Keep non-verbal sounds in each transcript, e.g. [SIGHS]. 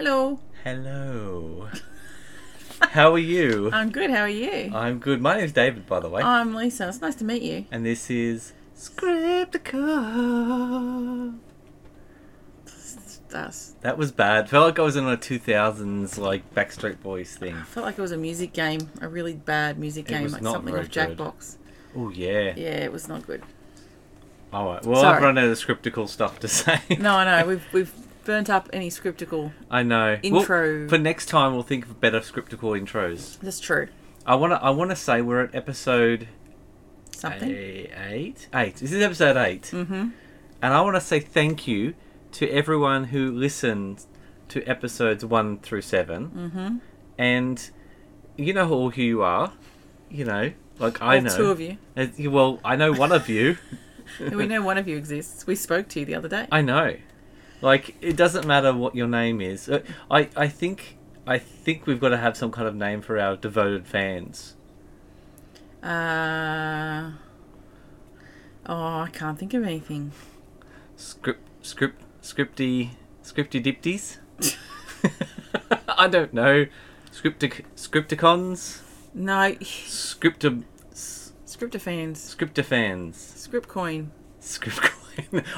Hello. Hello. How are you? I'm good. How are you? I'm good. My name's David, by the way. I'm Lisa. It's nice to meet you. and this is Scriptical. That's, That was bad. Felt like I was in a 2000s, like, Backstreet Boys thing. I felt like it was a music game, a really bad music It game, was like not something very off good. Jackbox. Oh, yeah. Yeah, it was not good. Alright, well, Sorry. I've run out of Scriptical stuff to [LAUGHS] say. No, I know. We've we've burnt up any scriptical. I know. Intro. Well, for next time, we'll think of better Scriptical intros. That's true. I want to I wanna say we're at episode Something. A- eight? Eight. This is episode 8 Mm-hmm. And I want to say thank you to everyone who listened to episodes one through 7 Mhm. And you know all who you are. You know, like I All know. two of [LAUGHS] you. Uh, you- Well, I know one of you. [LAUGHS] And [LAUGHS] we know one of you exists. We spoke to you the other day. I know. Like it doesn't matter what your name is. Uh, I I think I think we've got to have some kind of name for our devoted fans. Uh, oh, I can't think of anything. Script script scripty scripty dipties. [LAUGHS] I don't know. Scriptic scripticons. No, [SIGHS] Scripta scripter fans. Scriptofans. Script coin. Scriptcoin. [LAUGHS]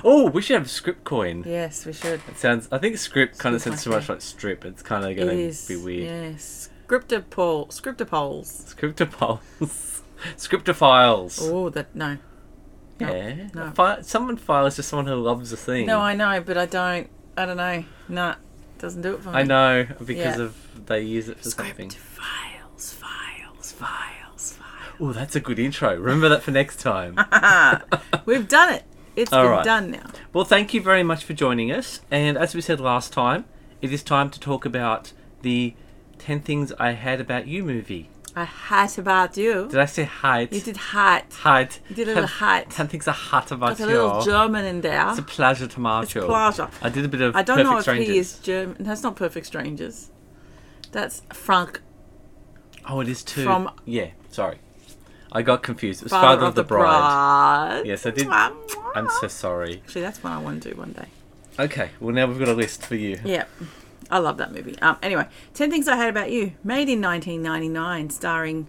Oh, we should have Scriptcoin. Yes, we should. It sounds. I think script kind of Scriptcoin. sounds too much like strip. It's kind of It going is. to be weird. Yes. Scripter poll. Scripter polls. Scriptopolls. [LAUGHS] Scriptophiles. Oh, that no. no, yeah. no. Fi- someone file is just someone who loves a thing. No, I know, but I don't. I don't know. Nah, doesn't do it for me. I know because Yeah. of they use it for something. Script files, files, files, files. Oh, that's a good intro. Remember that for next [LAUGHS] time. We've done it. It's All been right. done now. Well, thank you very much for joining us. And as we said last time, it is time to talk about the 10 Things I Had About You movie. I hat about you. Did I say height? You did hat. Height. You did a little hat. Ten things I hate about That's a you. little German in there. It's a pleasure tomato. It's pleasure. I did a bit of I don't Perfect know if Strangers. he is German. That's not perfect strangers. That's Frank, Oh, it is too. from- Yeah, sorry. I got confused. It was father, of, the, Bride. bride. Yes, I did- Mwah, I'm mwah. so sorry. Actually, that's what I want to do one day. Okay, well, now we've got a list for you. Yeah. I love that movie. Um, anyway, 10 Things I Hate About You, made in 1999, starring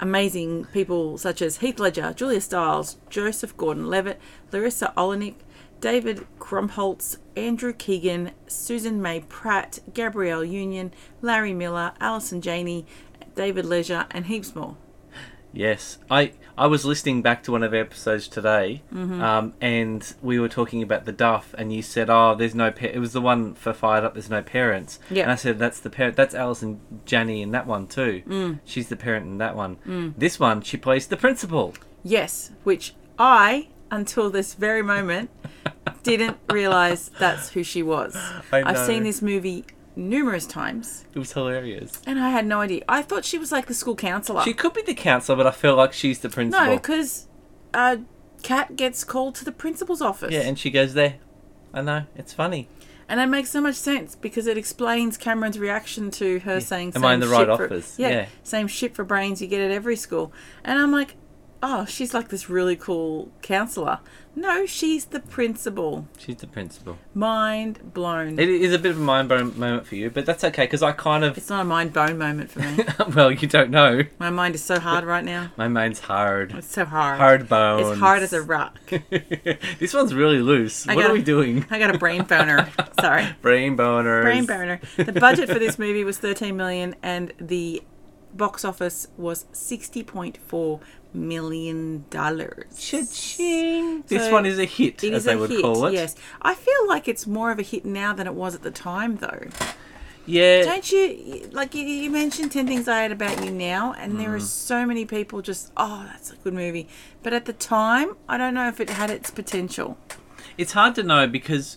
amazing people such as Heath Ledger, Julia Stiles, Joseph Gordon Levitt, Larissa Olenek, David Krumholtz, Andrew Keegan, Susan May Pratt, Gabrielle Union, Larry Miller, Alison Janey, David Leisure, and heaps more. Yes, I I was listening back to one of our episodes today, Mm-hmm. um, and we were talking about the Duff, and you said, "Oh, there's no." Pa-. It was the one for fired up. There's no parents. Yeah. And I said, "That's the parent. That's Alice and Janny in that one too. Mm. She's the parent in that one. Mm. This one, she plays the principal. Yes, which I, until this very moment, didn't realize that's who she was. I I've seen know. this movie numerous times. It was hilarious. And I had no idea. I thought she was like the school counselor. She could be the counselor, but I feel like she's the principal. no, because uh, Kat gets called to the principal's office. yeah, and she goes there. I know it's funny. and that makes so much sense because it explains Cameron's reaction to her saying, Am I in "Same the right shit for-" office? yeah, Yeah. same shit for brains you get at every school." And I'm like, "Oh, she's like this really cool counselor." No, she's the principal. She's the principal. Mind blown. It is a bit of a mind blown moment for you, but that's okay because I kind of. it's not a mind bone moment for [LAUGHS] me. well, you don't know. My mind is so hard right now. My mind's hard. It's so hard. Hard bones. It's hard as a rock. [LAUGHS] this one's really loose. I what gotta- are we doing? I got a brain [LAUGHS] boner. Sorry. Brain boners. Brain boner. The budget for this movie was 13 million, and the box office was 60.4 million dollars. Cha-ching. This So, one is a hit, It as is they a would hit. call it. Yes, I feel like it's more of a hit now than it was at the time, though. Yeah. Don't you? Like you, you mentioned, Ten Things I Hate About You now, and there are Mm-hmm. so many people just, oh, that's a good movie. But at the time, I don't know if it had its potential. it's hard to know because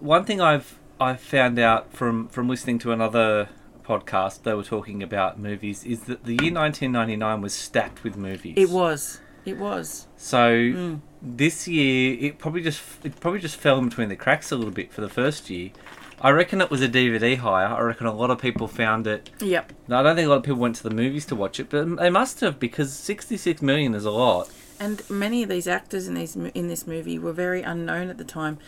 one thing I've I've found out from from listening to another podcast they were talking about movies is that the year 1999 was stacked with movies. It was. It was. So Hmm. this year it probably just it probably just fell in between the cracks a little bit for the first year. I reckon it was a DVD hire. I reckon a lot of people found it. Yep. Now, I don't think a lot of people went to the movies to watch it, but they must have because 66 million is a lot. and many of these actors in these mo- in this movie were very unknown at the time.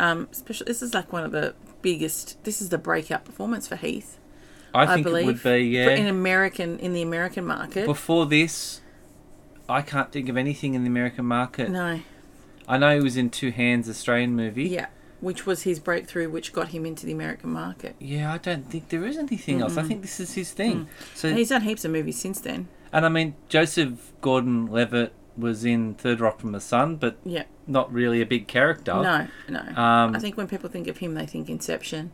Um, especially this is like one of the biggest. This is the breakout performance for Heath, I I, think believe. it would be yeah. for- in American in the American market. Before this, I can't think of anything in the American market. no, I know he was in Two Hands Australian movie. yeah, which was his breakthrough, which got him into the American market. Yeah, I don't think there is anything else. I think this is his thing. So And Mm. he's done heaps of movies since then. and I mean Joseph Gordon Levitt was in Third Rock from the Sun, but Yeah, not really a big character. no, no. Um, I think when people think of him, they think Inception.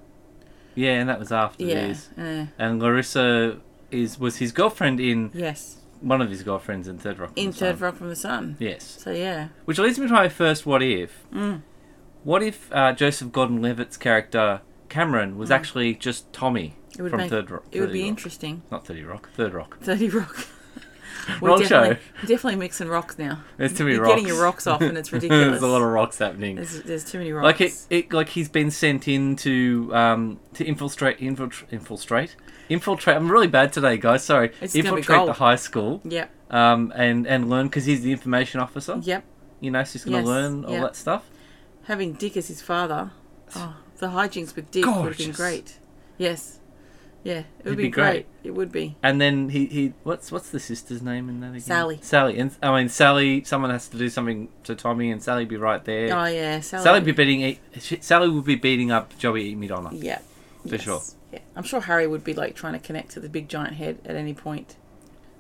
Yeah, and that was after Yeah, this. uh, And Larissa is was his girlfriend in yes. one of his girlfriends in Third Rock. From In the Third Sun. Rock from the Sun. Yes. So yeah, Which leads me to my first what if. Mm. What if uh, Joseph Gordon Levitt's character, Cameron, was actually just Tommy Mm. it would from make, Third Rock? It would 30 be Rock. interesting. Not 30 Rock, Third Rock. [LAUGHS] 30 Rock. Wrong definitely, Definitely mixing rocks now. There's too many You're rocks. getting your rocks off and it's [LAUGHS] There's ridiculous. a lot of rocks happening. There's, there's too many rocks. Like it, it, like he's been sent in to um to infiltrate, infiltrate, infiltrate, infiltrate. I'm really bad today, guys. Sorry. It's gonna be infiltrate the gold. high school, Yep, um, and and learn because he's the information officer. yep. You know, so he's gonna Yes, learn all yeah. that stuff. Having Dick as his father. Oh, the hijinks with Dick would have been Gorgeous. great. Yes. Yeah, it would It'd be, be great. great. It would be. And then he, he what's what's the sister's name in that again? Sally. Sally. And I mean Sally. Someone has to do something to Tommy, and Sally be right there. Oh, yeah. Sally. Sally be beating. e- she- Sally would be beating up Joey Eat Me Donna. Yeah. For sure. Yeah. I'm sure Harry would be like trying to connect to the big giant head at any point.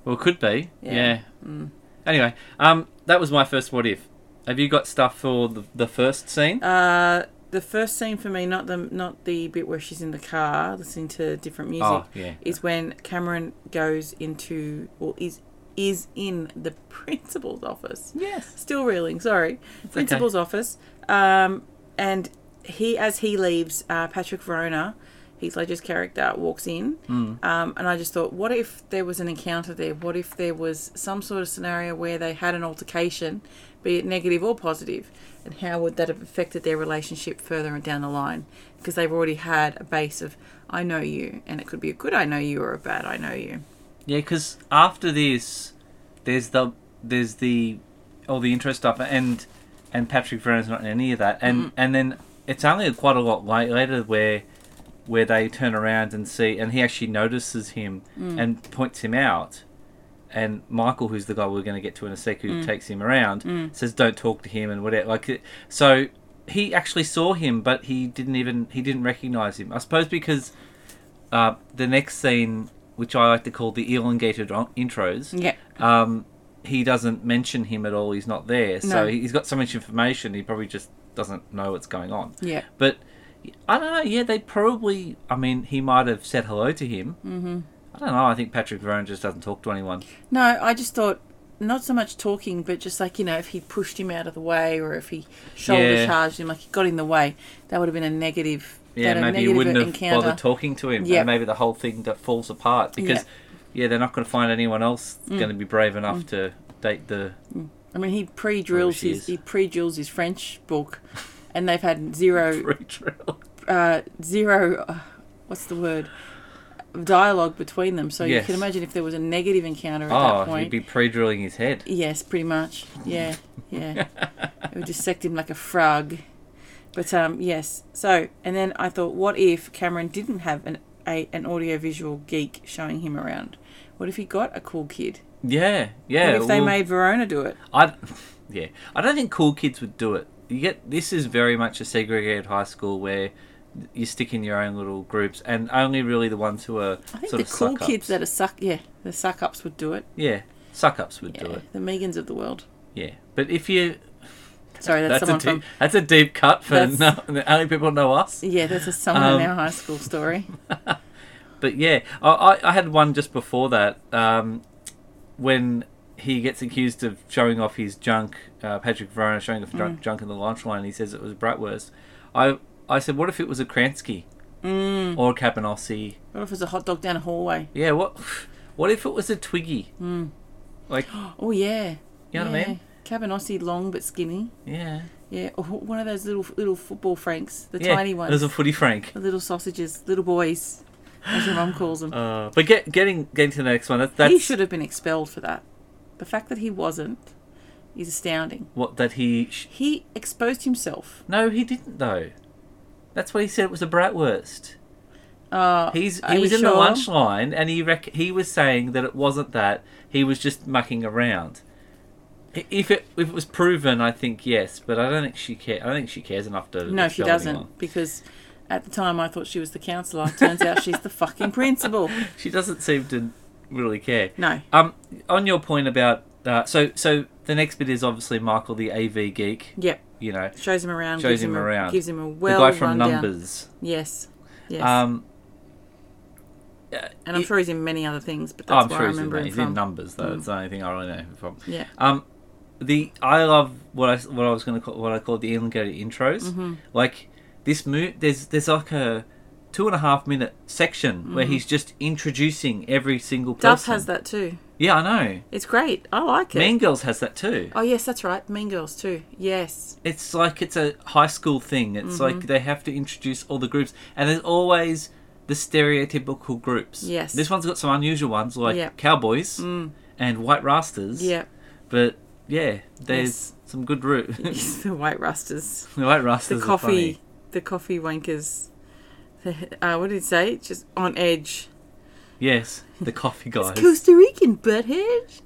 Well, could be. Yeah. Yeah. Mm. Anyway, um, that was my first what if. Have you got stuff for the, the first scene? Uh, the first scene for me, not the not the bit where she's in the car listening to different music, Oh, yeah. is when Cameron goes into or is is in the [LAUGHS] principal's office. yes. Still reeling, sorry. principal's office, um, and he as he leaves, uh, Patrick Verona, Heath Ledger's character, walks in, um, and I just thought, what if there was an encounter there? What if there was some sort of scenario where they had an altercation, be it negative or positive, and how would that have affected their relationship further and down the line? Because they've already had a base of I know you, and it could be a good I know you or a bad I know you. Yeah, because after this, there's the there's the all the interest stuff, and and Patrick Verona's not in any of that, and and then it's only quite a lot la- later where where they turn around and see, and he actually notices him and points him out. And Michael, who's the guy we're going to get to in a sec, who takes him around, says, "Don't talk to him," and whatever. Like, it- so he actually saw him, but he didn't even he didn't recognize him. I suppose because uh, the next scene, which I like to call the elongated o- intros, Yeah, um, he doesn't mention him at all. He's not there, so No. he's got so much information. He probably just doesn't know what's going on. yeah, But I don't know. Yeah, they probably. I mean, he might have said hello to him. Mm-hmm. I don't know. I think Patrick Verone just doesn't talk to anyone. No, I just thought not so much talking, but just like you know, if he pushed him out of the way or if he shoulder Yeah. charged him, like he got in the way, that would have been a negative. Yeah, that'd maybe you wouldn't have encounter. bothered talking to him. Yeah. And maybe the whole thing that falls apart because, yeah, they're not going to find anyone else Mm. going to be brave enough to date the. I mean, he Oh, pre-drills she his is. he pre-drills his French book, and they've had [LAUGHS] zero Drill. uh, zero. Uh, what's the word? Dialogue between them. So you Yes. can imagine if there was a negative encounter at Oh, that point. he'd be pre-drilling his head. Yes, pretty much. Yeah, yeah. it would dissect him like a frog. But um, yes. So, and then I thought, what if Cameron didn't have an a, an audiovisual geek showing him around? What if he got a cool kid? Yeah, yeah. what if they well, made Verona do it? I, [LAUGHS] yeah, I don't think cool kids would do it. You get this is very much a segregated high school where you stick in your own little groups, and only really the ones who are I think sort the of cool suck kids ups. that are suck, yeah, the suck ups would do it. yeah, suck ups would do Yeah, it. the Megans of the world. Yeah, but if you Sorry, that's, that's, a someone deep, from. that's a deep cut for That's- no, [LAUGHS] the only people know us. Yeah, that's a, someone Um, in our high school [LAUGHS] story. But yeah, I, I, I had one just before that um, when he gets accused of showing off his junk. Uh, Patrick Verona showing off Mm. drunk, junk in the lunch line. He says it was bratwurst. I I said, what if it was a Kransky or a Mm. Cabanossi? What if it's a hot dog down a hallway? [GASPS] Yeah, what what if it was a Twiggy? Like, Oh yeah. You know what I mean? Cabanossi, long but skinny. yeah, Yeah, or wh- one of those little little football franks, the yeah. tiny ones, There's a footy frank. the little sausages, little boys, as your mum calls them. [LAUGHS] Uh, but get, getting getting to the next one. That, he that's should have been expelled for that. The fact that he wasn't is astounding. What that he? Sh- He exposed himself. no, he didn't though. That's what he said. It was a bratwurst. Uh, He's Are he you was in the sure? lunch line, and he rec- he was saying that it wasn't that. He was just mucking around. I- If it if it was proven, I think yes, but I don't think she care. I don't think she cares enough to. no, she expel doesn't anyone. because at the time I thought she was the counselor. Turns out she's the [LAUGHS] fucking principal. She doesn't seem to really care. No, Um, on your point about uh, so so the next bit is obviously Michael the AV geek. yep. You know, Shows him around. Shows gives him a- around. Gives him a well the guy from rundown. Numbers. Yes. Yes. Um, uh, and I'm it- sure he's in many other things, but oh, that's I'm where sure I he's in, remember that. him he's from. Mm. in Numbers. Though it's the only thing I really know him from. yeah. Um, the I love what I what I was going to call what I called the elongated intros. Mm-hmm. Like this mo there's there's like a two and a half minute section where he's just introducing every single person. Mm. Duff has that too. Yeah, I know. It's great. I like it. Mean Girls has that too. Oh yes, that's right. Mean Girls too. Yes. It's like it's a high school thing. It's Mm-hmm. like they have to introduce all the groups, and there's always the stereotypical groups. Yes. this one's got some unusual ones like Yep. cowboys and white [LAUGHS] rastas. Yeah. but yeah, there's Yes. some good [LAUGHS] route. It's the White Rusters. The white rastas. The are coffee. funny. The coffee wankers. [LAUGHS] The- Uh, what did he say? Just on edge. Yes, the coffee guys. It's Costa Rican butthead.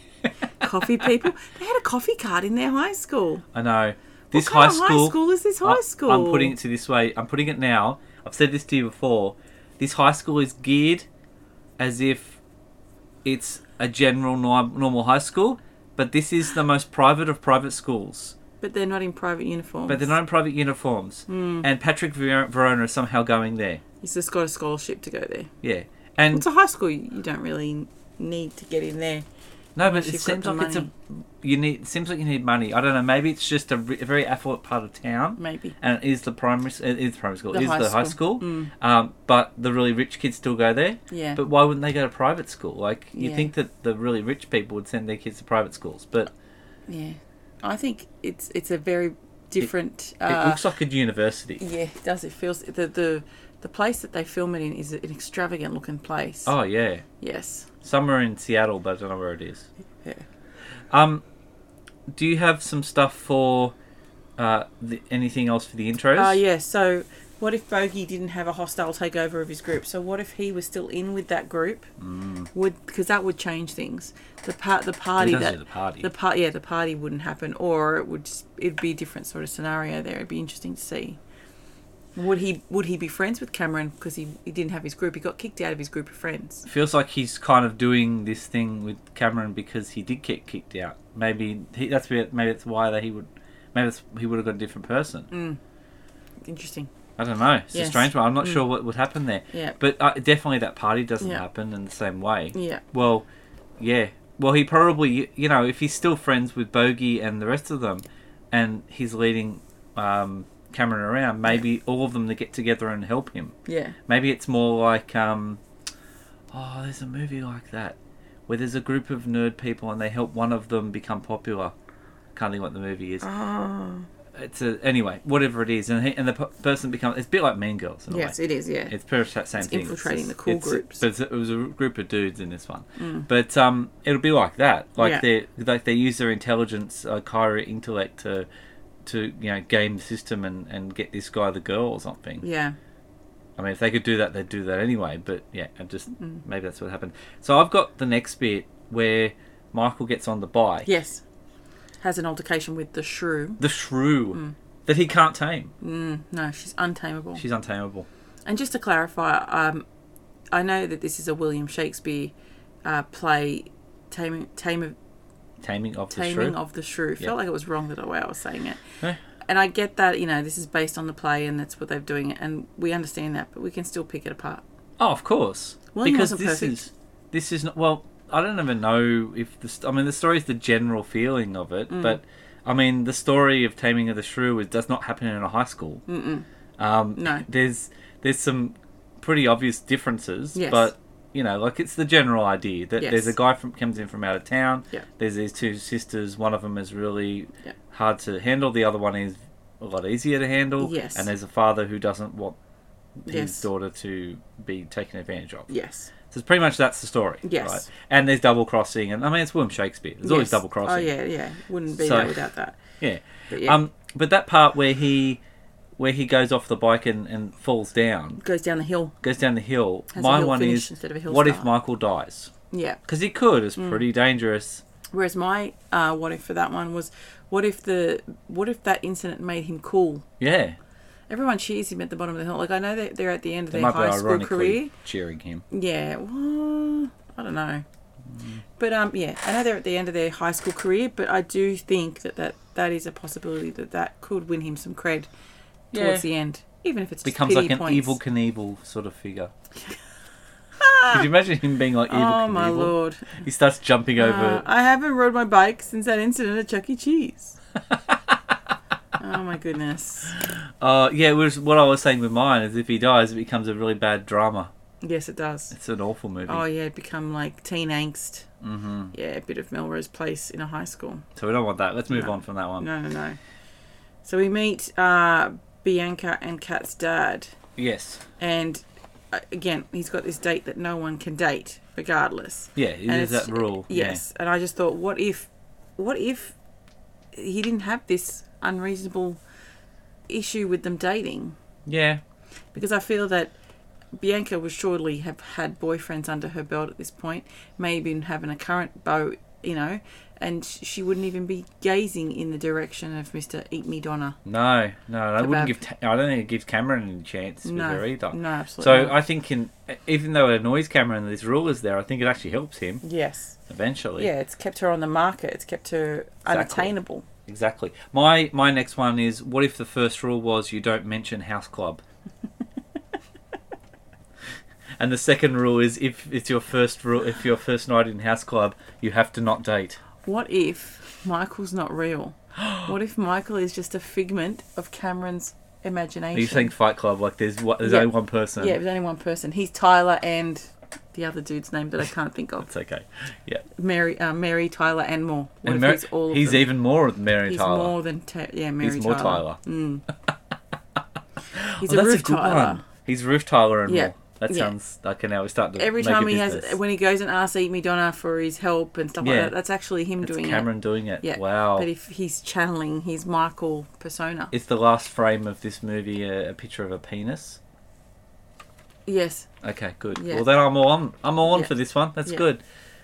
[LAUGHS] coffee people. They had a coffee card in their high school. I know. This what kind high, of school, high school is this high I- school? I'm putting it to this way. I'm putting it now. I've said this to you before. This high school is geared as if it's a general norm, normal high school, but this is the most private of private schools. But they're not in private uniforms. But they're not in private uniforms. Hmm. And Patrick Ver- Verona is somehow going there. He's just got a scholarship to go there. Yeah. And It's a high school. You don't really need to get in there. No, but Unless it you've got seems the like it's a you need. It seems like you need money. I don't know. Maybe it's just a, re- a very affluent part of town. Maybe. and it is the primary. s- It is the primary school. The it is high the high school. Hmm. school. Um, but the really rich kids still go there. Yeah. But why wouldn't they go to private school? Like you Yeah. think that the really rich people would send their kids to private schools, but Yeah, I think it's it's a very different. uh, it looks like a university. yeah, it does it feels the the the place that they film it in is an extravagant looking place. Oh yeah, yes, somewhere in Seattle, but I don't know where it is. yeah. Um, do you have some stuff for uh the, anything else for the intros? Oh yeah. So, what if Bogey didn't have a hostile takeover of his group? So, what if he was still in with that group? Mm. Would because that would change things. The part the party He does that do the party. the part yeah the party wouldn't happen, or it would just, it'd be a different sort of scenario. There, it'd be interesting to see. Would he would he be friends with Cameron because he, he didn't have his group? He got kicked out of his group of friends. feels like he's kind of doing this thing with Cameron because he did get kicked out. Maybe he, that's where, maybe that's why that he would maybe that's, he would have got a different person. Interesting. I don't know. It's Yes. Mm. a strange one. I'm not sure what would happen there. Yeah. But uh, definitely that party doesn't Yeah. happen in the same way. Yeah. Well, yeah. Well, he probably you know if he's still friends with Bogey and the rest of them, and he's leading um, Cameron around, maybe all of them to get together and help him. Yeah. Maybe it's more like um, oh, there's a movie like that where there's a group of nerd people and they help one of them become popular. Can't think what the movie is. Oh. It's a anyway, whatever it is, and he, and the p- person becomes. It's a bit like Mean Girls in a Yes, way. it is. Yeah. It's pretty much that same It's thing. infiltrating just- the cool it's- groups. Mm. But it's- it was a group of dudes in this one. But um, it'll be like that. Like Yeah. they like they use their intelligence, uh, Kyra intellect to to you know game the system and and get this guy the girl or something. yeah. I mean, if they could do that, they'd do that anyway. But yeah, I just Mm. maybe that's what happened. So I've got the next bit where Michael gets on the bike, Yes. Has an altercation with the shrew. the shrew Mm. that he can't tame. No, she's untamable. She's untamable. And just to clarify, um, I know that this is a William Shakespeare uh, play, Taming, Tame of, Taming of the shrew. Taming of the Shrew. Felt Yeah. like it was wrong the way I was saying it. Eh. And I get that, you know, this is based on the play and that's what they're doing, and we understand that, but we can still pick it apart. oh, of course. William because wasn't this perfect. is this is not well. I don't even know if the. St- I mean, the story is the general feeling of it, Mm. but I mean, the story of Taming of the Shrew is, does not happen in a high school. Mm. Mm-mm. Um, No. there's there's some pretty obvious differences, Yes. but you know, like it's the general idea that Yes. there's a guy from comes in from out of town. Yeah. There's these two sisters. One of them is really Yeah. hard to handle. The other one is a lot easier to handle. Yes. And there's a father who doesn't want Yes. his daughter to be taken advantage of. Yes. So it's pretty much that's the story. Yes. Right? And there's double crossing, and I mean it's William Shakespeare. There's always Yes. double crossing. Oh yeah, yeah. Wouldn't be So- that without that. Yeah. But yeah, Um, but that part where he where he goes off the bike and, and falls down, goes down the hill. goes down the hill. Has a my hill one finish is instead of a hill what if start. Mm. Michael dies? Yeah. Because he could. It's pretty dangerous. Whereas my uh, what if for that one was, what if the what if that incident made him cool? Yeah. Everyone cheers him at the bottom of the hill. Like I know that they're at the end of They their might be high school ironically career. cheering him. Yeah, well, I don't know. But um, yeah, I know they're at the end of their high school career, but I do think that that, that is a possibility that that could win him some cred Yeah. towards the end, even if it's just Becomes pity like an points. evil Knievel sort of [LAUGHS] figure. Could you imagine him being like evil Oh Knievel? my lord! He starts jumping Uh, over. I haven't rode my bike since that incident at Chuck E. [LAUGHS] Cheese. oh my goodness! Uh, yeah, which is what I was saying with mine is if he dies, it becomes a really bad drama. Yes, it does. It's an awful movie. Oh yeah, become like teen angst. Mm-hmm. Yeah, a bit of Melrose Place in a high school. So we don't want that. Let's move on from that one. No, no, no. So we meet uh, Bianca and Kat's dad, Yes. and uh, again, he's got this date that no one can date, regardless. Yeah, it And is it's- uh, that rule. Yes, and I just thought, what if, what if he didn't have this unreasonable issue with them dating? Yeah. Because I feel that Bianca would surely have had boyfriends under her belt at this point, maybe even having a current beau, you know, and sh- she wouldn't even be gazing in the direction of Mister Eat Me Donna. No, no, I bad- wouldn't give. Ta- I don't think it gives Cameron any chance with No, her either. no, absolutely. So I think, in even though it annoys Cameron that this rule is there, I think it actually helps him yes, eventually. yeah, it's kept her on the market. It's kept her unattainable. Exactly. My my next one is: what if the first rule was you don't mention house club? and the second rule is if it's your first rule, if your first night in house club, you have to not date. What if Michael's not [GASPS] real? what if Michael is just a figment of Cameron's imagination? Are you saying Fight Club? Like there's what, there's Yeah. only one person. yeah, it was only one person. He's Tyler and the other dude's name that I can't think of. It's okay. Yeah. Mary, uh, Mary, Tyler, and more. What and if Mary, he's all of he's them? even more than Mary He's Tyler. more than ta- yeah, Mary he's more Tyler. Mm. Tyler. [LAUGHS] He's Oh, a that's roof a good Tyler. one. He's roof Tyler and Yeah. more. That Yeah. sounds like an hour. We start to Every make a time he has, business. when he goes and asks Eat Me Donna for his help and stuff like Yeah. that, that's actually him it's doing Cameron doing it. it. Yeah. Wow. But if he's channeling his Michael persona. Is the last frame of this movie a, a picture of a penis? yes. Okay, good. Yeah. Well, then I'm all on. I'm all on Yeah. for this one. That's Yeah. good.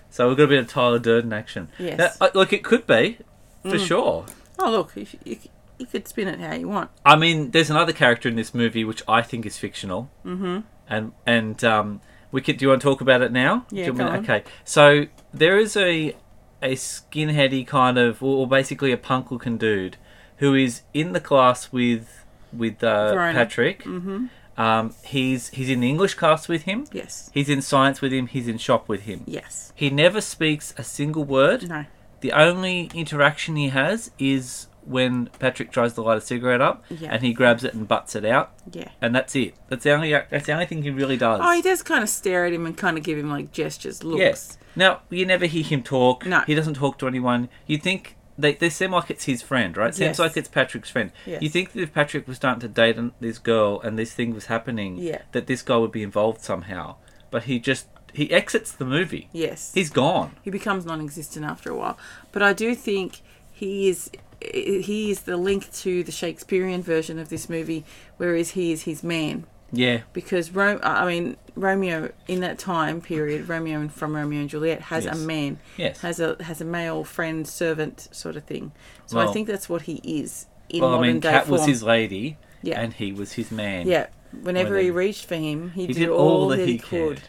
So we've got a bit of Tyler Durden action. Yes. That- uh, look, it could be for sure. Oh look, you, you, you could spin it how you want. I mean, there's another character in this movie which I think is fictional. Mm-hmm. And and um, we could. Do you want to talk about it now? Do Yeah, you want go me to- on. Okay. So there is a a skinheady kind of, or or basically a punk looking dude, who is in the class with with uh, Verona. Patrick. Mm-hmm. Um, he's he's in the English class with him. Yes. He's in science with him. He's in shop with him. Yes. He never speaks a single word. No. The only interaction he has is when Patrick tries to light a cigarette up, Yeah. and he grabs it and butts it out, Yeah. and that's it. That's the only. That's the only thing he really does. Oh, he does kind of stare at him and kind of give him like gestures, looks. yes. Now you never hear him talk. No. He doesn't talk to anyone. You think they, they seem like it's his friend, right? Yes. Seems like it's Patrick's friend. Yes. You think that if Patrick was starting to date an- this girl and this thing was happening, Yeah. that this guy would be involved somehow, but he just he exits the movie. Yes. He's gone. he becomes non-existent after a while. But I do think he is he is the link to the Shakespearean version of this movie, whereas he is his man Yeah. because Ro- I mean Romeo in that time period, Romeo and from Romeo and Juliet has Yes. a man, Yes. has a has a male friend servant sort of thing. So I Well- think that's what he is in Well, I modern mean, day Cat form. was his lady, Yeah. and he was his man. yeah, whenever he Whenever- reached for him, he, He did, all that he could. Uh, could.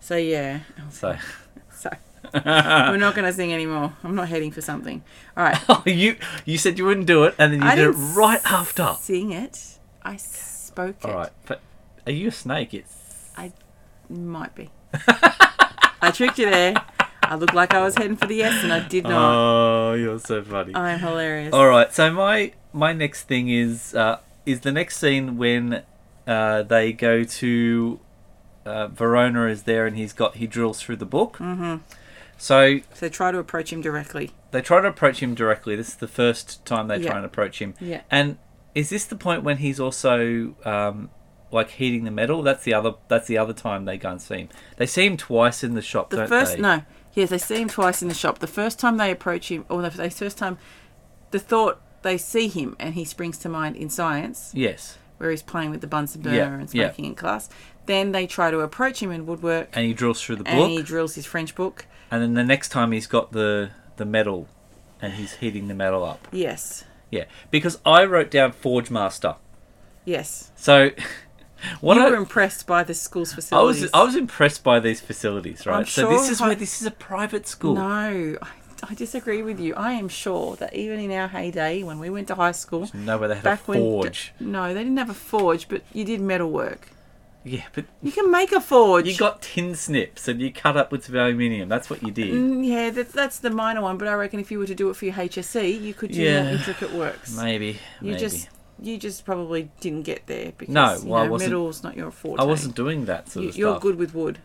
So yeah, [LAUGHS] So so we're [LAUGHS] not going to sing anymore. I'm not heading for something. All right. Oh, you you said you wouldn't do it, and then [LAUGHS] you did it didn't right after. Sing it. I spoke it. All right, but are you a snake? It's I might be. I tricked you there. I looked like I was heading for the yes, and I did not. oh, you're so funny. I'm hilarious. All right, so my my next thing is uh, is the next scene when uh, they go to uh, Verona is there, and he's got he drills through the book. Mm-hmm. So So try to approach him directly. they try to approach him directly. This is the first time they Yeah. try and approach him. Yeah. And is this the point when he's also um, like heating the metal. That's the other. That's the other time they go and see him. They see him twice in the shop. The don't first they? no, yes, they see him twice in the shop. The first time they approach him, or the the first time, the thought they see him, and he springs to mind in science, Yes, where he's playing with the Bunsen burner Yeah, and yeah. smoking in class. Then they try to approach him in woodwork, and he drills through the book, and he drills his French book. and then the next time he's got the the metal, and he's heating the metal up. Yes, Yeah, because I wrote down Forge Master. yes. So [LAUGHS] what you I, were impressed by the school's I facilities. was I was impressed by these facilities, right? I'm so this sure is I- where this is a private school. No, I, I disagree with you. I am sure that even in our heyday, when we went to high school, No, where they had back a forge. when no, they didn't have a forge, but you did metalwork. yeah, but You can make a forge. you got tin snips and you cut up with aluminium. That's what you did. Mm, yeah, that, that's the minor one, but I reckon if you were to do it for your HSC, you could do Yeah. more [SIGHS] intricate works. Maybe, you maybe. just you just probably didn't get there because No, you well, I know, wasn't- metal's not your forte. I wasn't doing that sort You, of you're stuff. good with wood.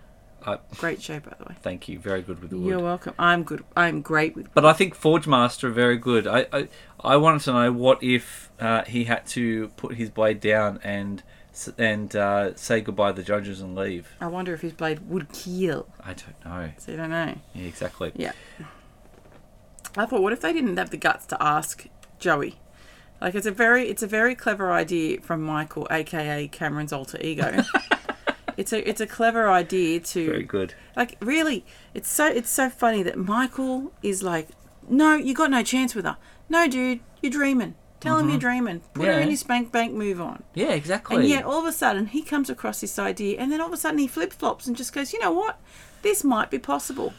I, Great show, by the way. thank you. Very good with the wood. You're welcome. I'm good. I'm great with. But I think Forge Master are very good. I, I, I wanted to know what if uh, he had to put his blade down and s- and uh, say goodbye to the judges and leave. I wonder if his blade would keel. I don't know. So you don't know. Yeah, exactly. Yeah. I thought, what if they didn't have the guts to ask Joey? Like it's a very it's a very clever idea from Michael, aka Cameron's alter ego. it's a it's a clever idea to Very good. like really it's so it's so funny that Michael is like, No, you got no chance with her. No dude, you're dreaming. Tell him you're dreaming. Put her Yeah. in your spank bank, move on. Yeah, exactly. And yet, all of a sudden, he comes across this idea, and then all of a sudden, he flip flops and just goes, "You know what? This might be possible."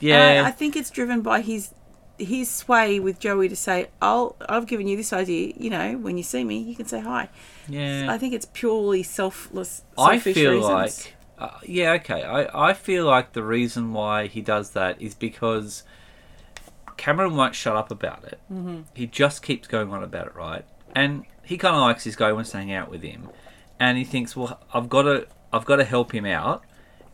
And yeah, I, I think it's driven by his his sway with Joey to say, "I'll I've given you this idea. You know, when you see me, you can say hi." yeah. I think it's purely selfless. I selfish feel reasons. like, uh, yeah, okay. I, I feel like the reason why he does that is because Cameron won't shut up about it. Mm-hmm. He just keeps going on about it, right? And he kind of likes this guy who wants to hang out with him, and he thinks, well, I've got to, I've got to help him out,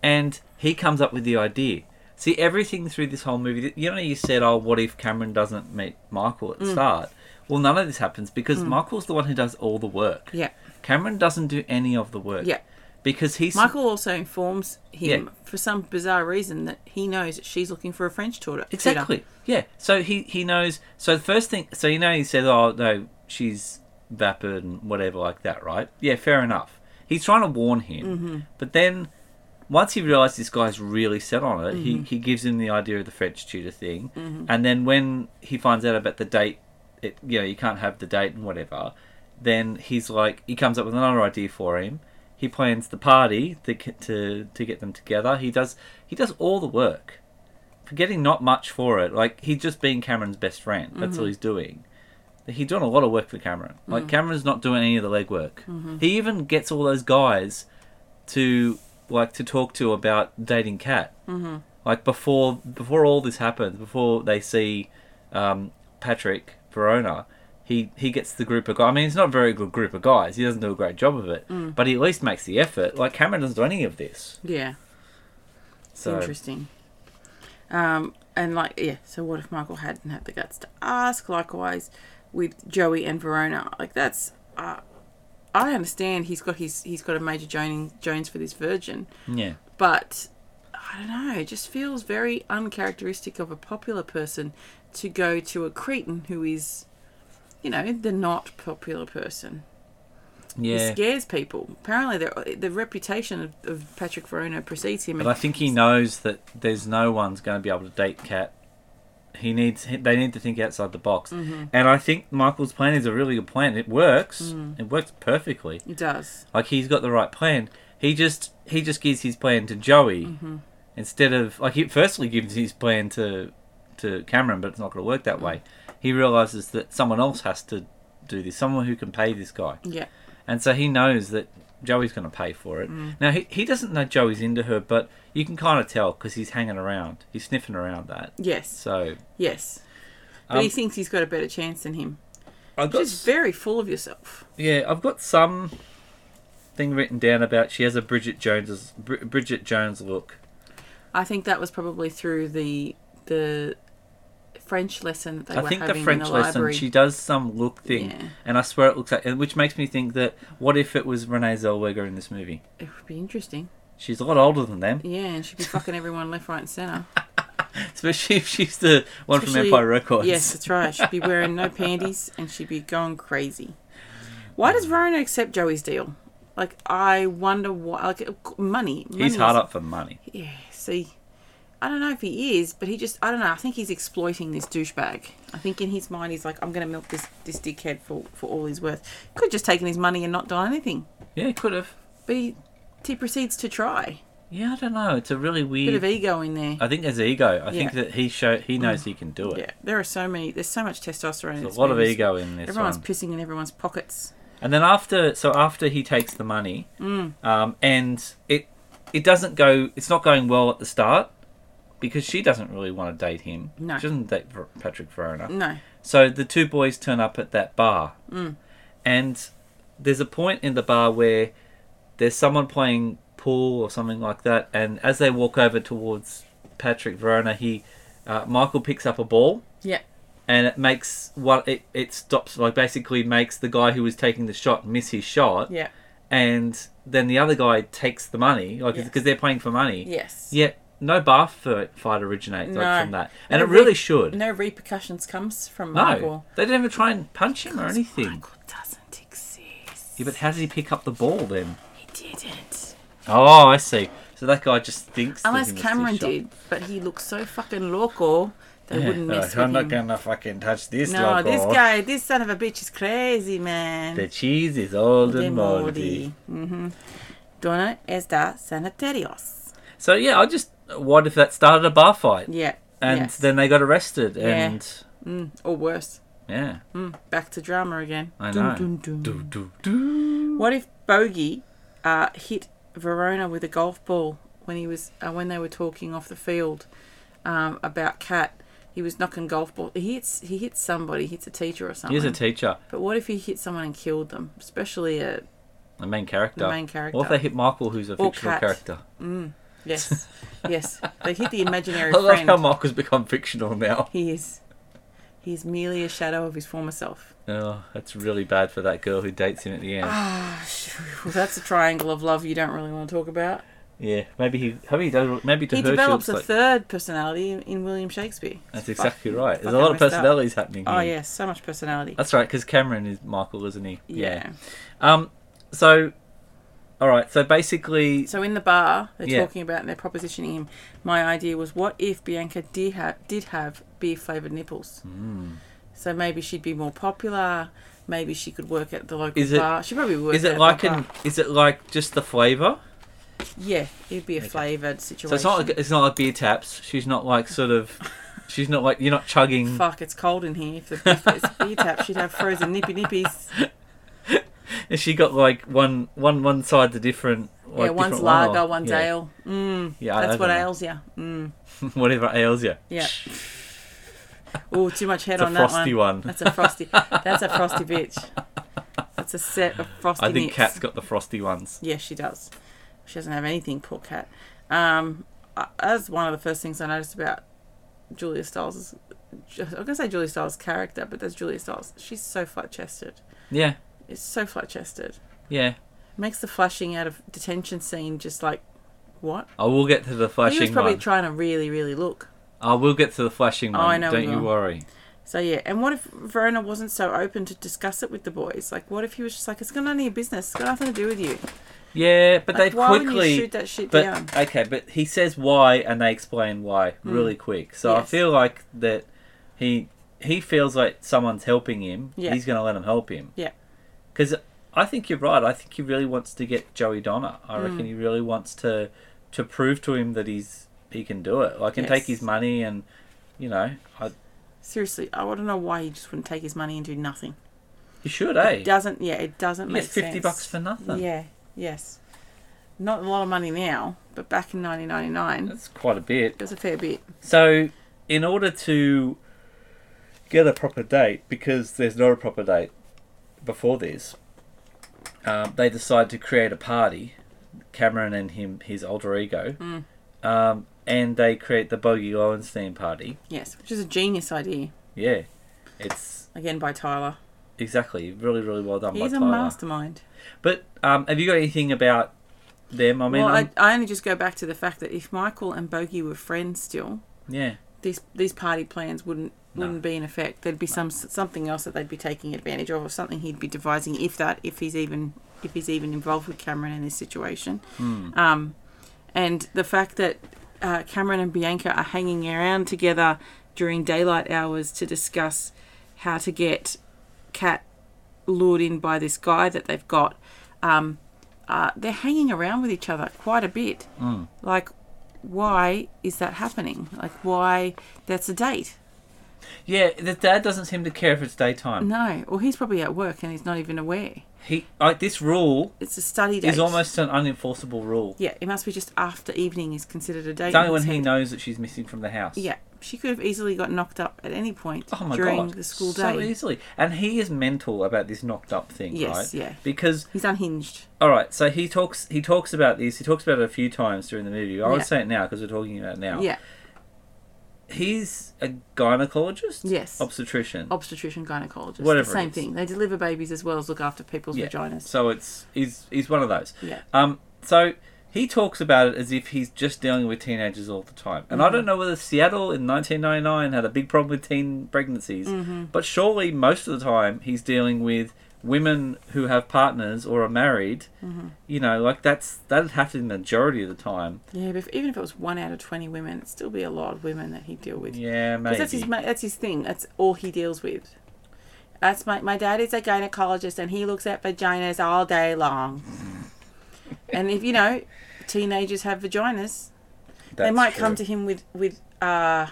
and he comes up with the idea. See everything through this whole movie. You know, you said, "Oh, what if Cameron doesn't meet Michael at the start?" Well, none of this happens because Michael's the one who does all the work. Yeah. Cameron doesn't do any of the work. Yeah. Because he's Michael also informs him Yeah. for some bizarre reason that he knows that she's looking for a French tutor. exactly yeah. So he he knows. So the first thing. So you know he said, "Oh no, she's vapid and whatever like that," right? Yeah, fair enough. He's trying to warn him, but then once he realised this guy's really set on it, he he gives him the idea of the French tutor thing, and then when he finds out about the date, it you know you can't have the date and whatever. Then he's like, he comes up with another idea for him. He plans the party to get- to to get them together. He does he does all the work for getting not much for it. Like he's just being Cameron's best friend. That's all he's doing. He's doing a lot of work for Cameron. Like Cameron's not doing any of the legwork. He even gets all those guys to like to talk to about dating Kat. Mm-hmm. Like before before all this happens, before they see um, Patrick Verona, he he gets the group of guys. I mean, it's not a very good group of guys. He doesn't do a great job of it, but he at least makes the effort. Like Cameron doesn't do any of this. Yeah. So Interesting. Um, and like, yeah. So what if Michael hadn't had the guts to ask? Likewise, with Joey and Verona, like that's. Uh, I understand he's got his he's got a major Jones Jones for this virgin, yeah, but I don't know. It just feels very uncharacteristic of a popular person to go to a cretin who is, you know, the not popular person. He yeah. scares people. Apparently, the the reputation of, of Patrick Verona precedes him. But I think he knows that there's no one's going to be able to date Cat. He needs. he- They need to think outside the box, and I think Michael's plan is a really good plan. It works. It works perfectly. He does. Like he's got the right plan. He just he just gives his plan to Joey instead of like he firstly gives his plan to to Cameron, but it's not going to work that way. He realizes that someone else has to do this. Someone who can pay this guy. Yeah. And so he knows that Joey's going to pay for it. Mm. Now, he, he doesn't know Joey's into her, but you can kind of tell because he's hanging around. He's sniffing around that. Yes. So, Yes. But he Um, thinks he's got a better chance than him. I've got, Which is very full of yourself. yeah, I've got some thing written down about she has a Bridget Jones's Brid- Bridget Jones look. I think that was probably through the the French lesson that they I were think the having in French the lesson, library. she does some look thing, Yeah. and I swear it looks like, which makes me think that what if it was Renee Zellweger in this movie? It would be interesting. She's a lot older than them, Yeah, and she'd be fucking everyone left, right, and centre. [LAUGHS] especially if she's the one Especially- from Empire Records. Yes, that's right. She'd be wearing no panties and she'd be going crazy. Why does Rona accept Joey's deal? Like, I wonder why. Like, money. money he's is- hard up for money. Yeah, see, I don't know if he is, but he just, I don't know. I think he's exploiting this douchebag. I think in his mind, he's like, I'm going to milk this, this dickhead for, for all he's worth. Could have just taken his money and not done anything. Yeah, could have. But he, he proceeds to try. Yeah, I don't know. It's a really Bit weird. of ego in there. I think there's ego. I think Yeah. Mm. that he show he knows he can do it. Yeah, there are so many, there's so much testosterone. in There's this a lot of movie. ego in this Everyone's one. pissing in everyone's pockets. And then after, so after he takes the money, Mm. um, and it it doesn't go, it's not going well at the start because she doesn't really want to date him. No. She doesn't date Ver- Patrick Verona. No. So the two boys turn up at that bar, Mm. and there's a point in the bar where there's someone playing pool or something like that, and as they walk over towards Patrick Verona, he uh, Michael picks up a ball Yeah. and it makes what it, it stops like basically makes the guy who was taking the shot miss his shot Yeah. and then the other guy takes the money like Yeah. because they're playing for money Yes. yet no bar fi- fight originates No. like, from that and No it really re- should No repercussions comes from no Michael. they didn't even try and punch him or anything Michael doesn't exist. yeah, but how did he pick up the ball then He didn't. oh i see so that guy just thinks that Unless he missed his Cameron shot. did, but he looks so fucking loco they Yeah, wouldn't mess like, i'm with not him. gonna fucking touch this no, logo. this guy, this son of a bitch is crazy, man. the cheese is old De and moldy. moldy. Mhm. Dona esta sanaterios. So yeah, I just what if that started a bar fight? Yeah. and yes. then they got arrested Yeah. and Mm, or worse. yeah Mm, back to drama again. I Dun, know. dun, dun. do, do, do. What if Bogey uh, hit Verona with a golf ball when he was uh, when they were talking off the field um, about Cat? He was knocking golf ball. He hits he hits somebody. Hits a teacher or something. he's a teacher but what if he hit someone and killed them? Especially a the main character The main character. what if they hit michael who's a Or fictional Kat. character [LAUGHS] yes, yes. They hit the imaginary i love friend. how michael's become fictional [LAUGHS] now he is he is merely a shadow of his former self. [SIGHS] oh that's really bad for that girl who dates him at the end Well, that's a triangle of love you don't really want to talk about. yeah maybe he maybe he does maybe to He her she develops looks a like third personality in, in William Shakespeare. that's It's exactly fucking- right there's a fucking lot of messed up. personalities happening here Oh yes, so much personality. that's right because cameron is michael isn't he Yeah. um so all right so basically So in the bar, they're Yeah. talking about and they're propositioning him. My idea was, what if Bianca did have did have beer flavored nipples? Hmm. Mm. So maybe she'd be more popular. Maybe she could work at the local Is it- bar. She probably would. is it like an is it like just the flavor yeah? It'd be a flavored situation. So it's not like it's not like beer taps. She's not like sort [LAUGHS] of, she's not like you're not chugging. Fuck, it's cold in here. If the if [LAUGHS] it's beer tap, she'd have frozen nippy nippies. And she got like one one one side the different. Like yeah, one's different lager, one. one's yeah. ale. Mm, Yeah, I- I that's what don't know. ails you. Mm. [LAUGHS] Whatever ails you. Yeah. Oh, too much head It's a on that frosty one. one. That's a frosty. That's a frosty bitch. That's a set of frosty. I think nips. Kat's got the frosty ones. Yeah, she does. She doesn't have anything. Poor cat. Um, I- that's one of the first things I noticed about Julia Stiles. Is, I'm gonna say Julia Stiles' character, but that's Julia Stiles. She's so flat chested. Yeah, It's so flat chested. yeah. Makes the flashing out of detention scene just like what? I will get to the he was flashing probably one. trying to really, really look. I will get to the flashing Oh, one. I know Don't you you will. worry. So yeah, and what if Verona wasn't so open to discuss it with the boys? Like, what if he was just like, "It's got none of your business. It's got nothing to do with you." Yeah, but Like, they why wouldn't you quickly. shoot that shit but, down? Okay, but he says why, and they explain why really quick. So I Hmm. Yes. feel like that he he feels like someone's helping him. Yeah. He's going to let him help him. Yeah. Because I think you're right. I think he really wants to get Joey Donna. I Hmm. reckon he really wants to to prove to him that he's he can do it. Like, and take Yes. his money and you know, I, Seriously, I want to know why he just wouldn't take his money and do nothing. he should, eh? Doesn't yeah, it doesn't He make gets fifty sense. bucks for nothing. Yeah, yes, not a lot of money now, but back in 1999, That's quite a bit. it was a fair bit. So, in order to get a proper date, because there's not a proper date before this, Hmm. um, they decide to create a party. Cameron and him, his alter ego, um, and they create the Bogey Islands theme party. Yes, which is a genius idea. Yeah, it's Again, by Tyler. exactly really really well done He's by a Tyler. mastermind. But um, have you got anything about them? I mean, well, I'm- I, I only just go back to the fact that if Michael and Bogey were friends still, yeah, these these party plans wouldn't No. wouldn't be in effect. There'd be some something else that they'd be taking advantage of, or something he'd be devising if that if he's even if he's even involved with Cameron in this situation. Um, and the fact that uh, Cameron and Bianca are hanging around together during daylight hours to discuss how to get Cat lured in by this guy that they've got. Um, uh, they're hanging around with each other quite a bit. Like, why is that happening? Like, why that's a date? yeah. The dad doesn't seem to care if it's daytime. No. Well, he's probably at work and he's not even aware. He like this rule It's a study date. is almost an unenforceable rule. Yeah, it must be just after evening is considered a date. It's only in when his he head. knows that she's missing from the house. Yeah, she could have easily got knocked up at any point Oh my during god! the school day. so easily, and he is mental about this knocked up thing, Yes, right? yeah. Because He's unhinged. all right, so he talks he talks about this. He talks about it a few times during the movie. I Yeah. would say it now because we're talking about it now. Yeah, he's a gynecologist. Yes. obstetrician. obstetrician, gynecologist. Whatever the it same is. thing. They deliver babies as well as look after people's yeah. vaginas. So it's he's he's one of those. Yeah. Um. So he talks about it as if he's just dealing with teenagers all the time, and I Mm-hmm. don't know whether Seattle in 1999 had a big problem with teen pregnancies, Mm-hmm. but surely most of the time he's dealing with women who have partners or are married. Mm-hmm. You know, like that's that'd happen the majority of the time. Yeah, but if, even if it was one out of twenty women, it'd still be a lot of women that he'd deal with. Yeah, maybe. Because that's his ma- that's his thing. That's all he deals with. That's my my dad is a gynecologist and he looks at vaginas all day long. and if you know, teenagers have vaginas. they That's might come true. to him with with uh,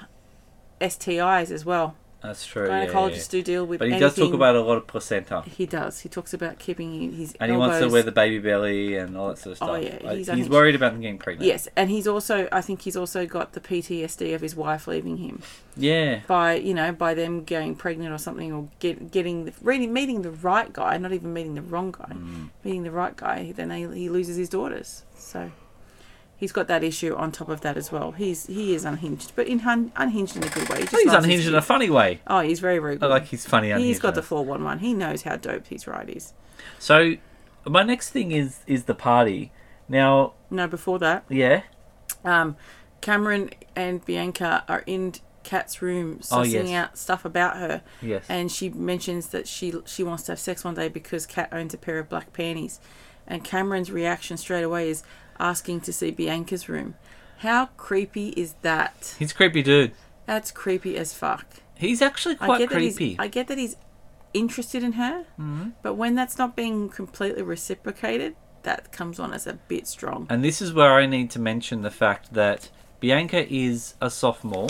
STIs as well. That's true. Oh, yeah, yeah, Gynecologists yeah. do deal with. But he anything. does talk about a lot of placenta. He does. He talks about keeping his And he elbows. wants to wear the baby belly and all that sort of stuff. Oh, yeah, he's Like, he's, unhinged. worried about them getting pregnant. Yes, and he's also. I think he's also got the PTSD of his wife leaving him. Yeah. by you know by them going pregnant or something or get, getting the, really meeting the right guy not even meeting the wrong guy Mm. meeting the right guy then he, he loses his daughters so he's got that issue on top of that as well he's he is unhinged but in hun, unhinged in a good way he just Oh, he's loves his unhinged in a kids. funny way. oh he's very rude I like he's funny unhinged. he's got the 411 he knows how dope his ride is so my next thing is is the party. Now, no before that yeah, um cameron and bianca are in Cat's room, sussing Oh, yes. out stuff about her, yes, and she mentions that she she wants to have sex one day because Kat owns a pair of black panties, and Cameron's reaction straight away is asking to see Bianca's room. How creepy is that? he's a creepy dude. That's creepy as fuck. He's actually I quite get that creepy. Mm-hmm. he's I get that he's interested in her, but when that's not being completely reciprocated, that comes on as a bit strong. And this is where I need to mention the fact that Bianca is a sophomore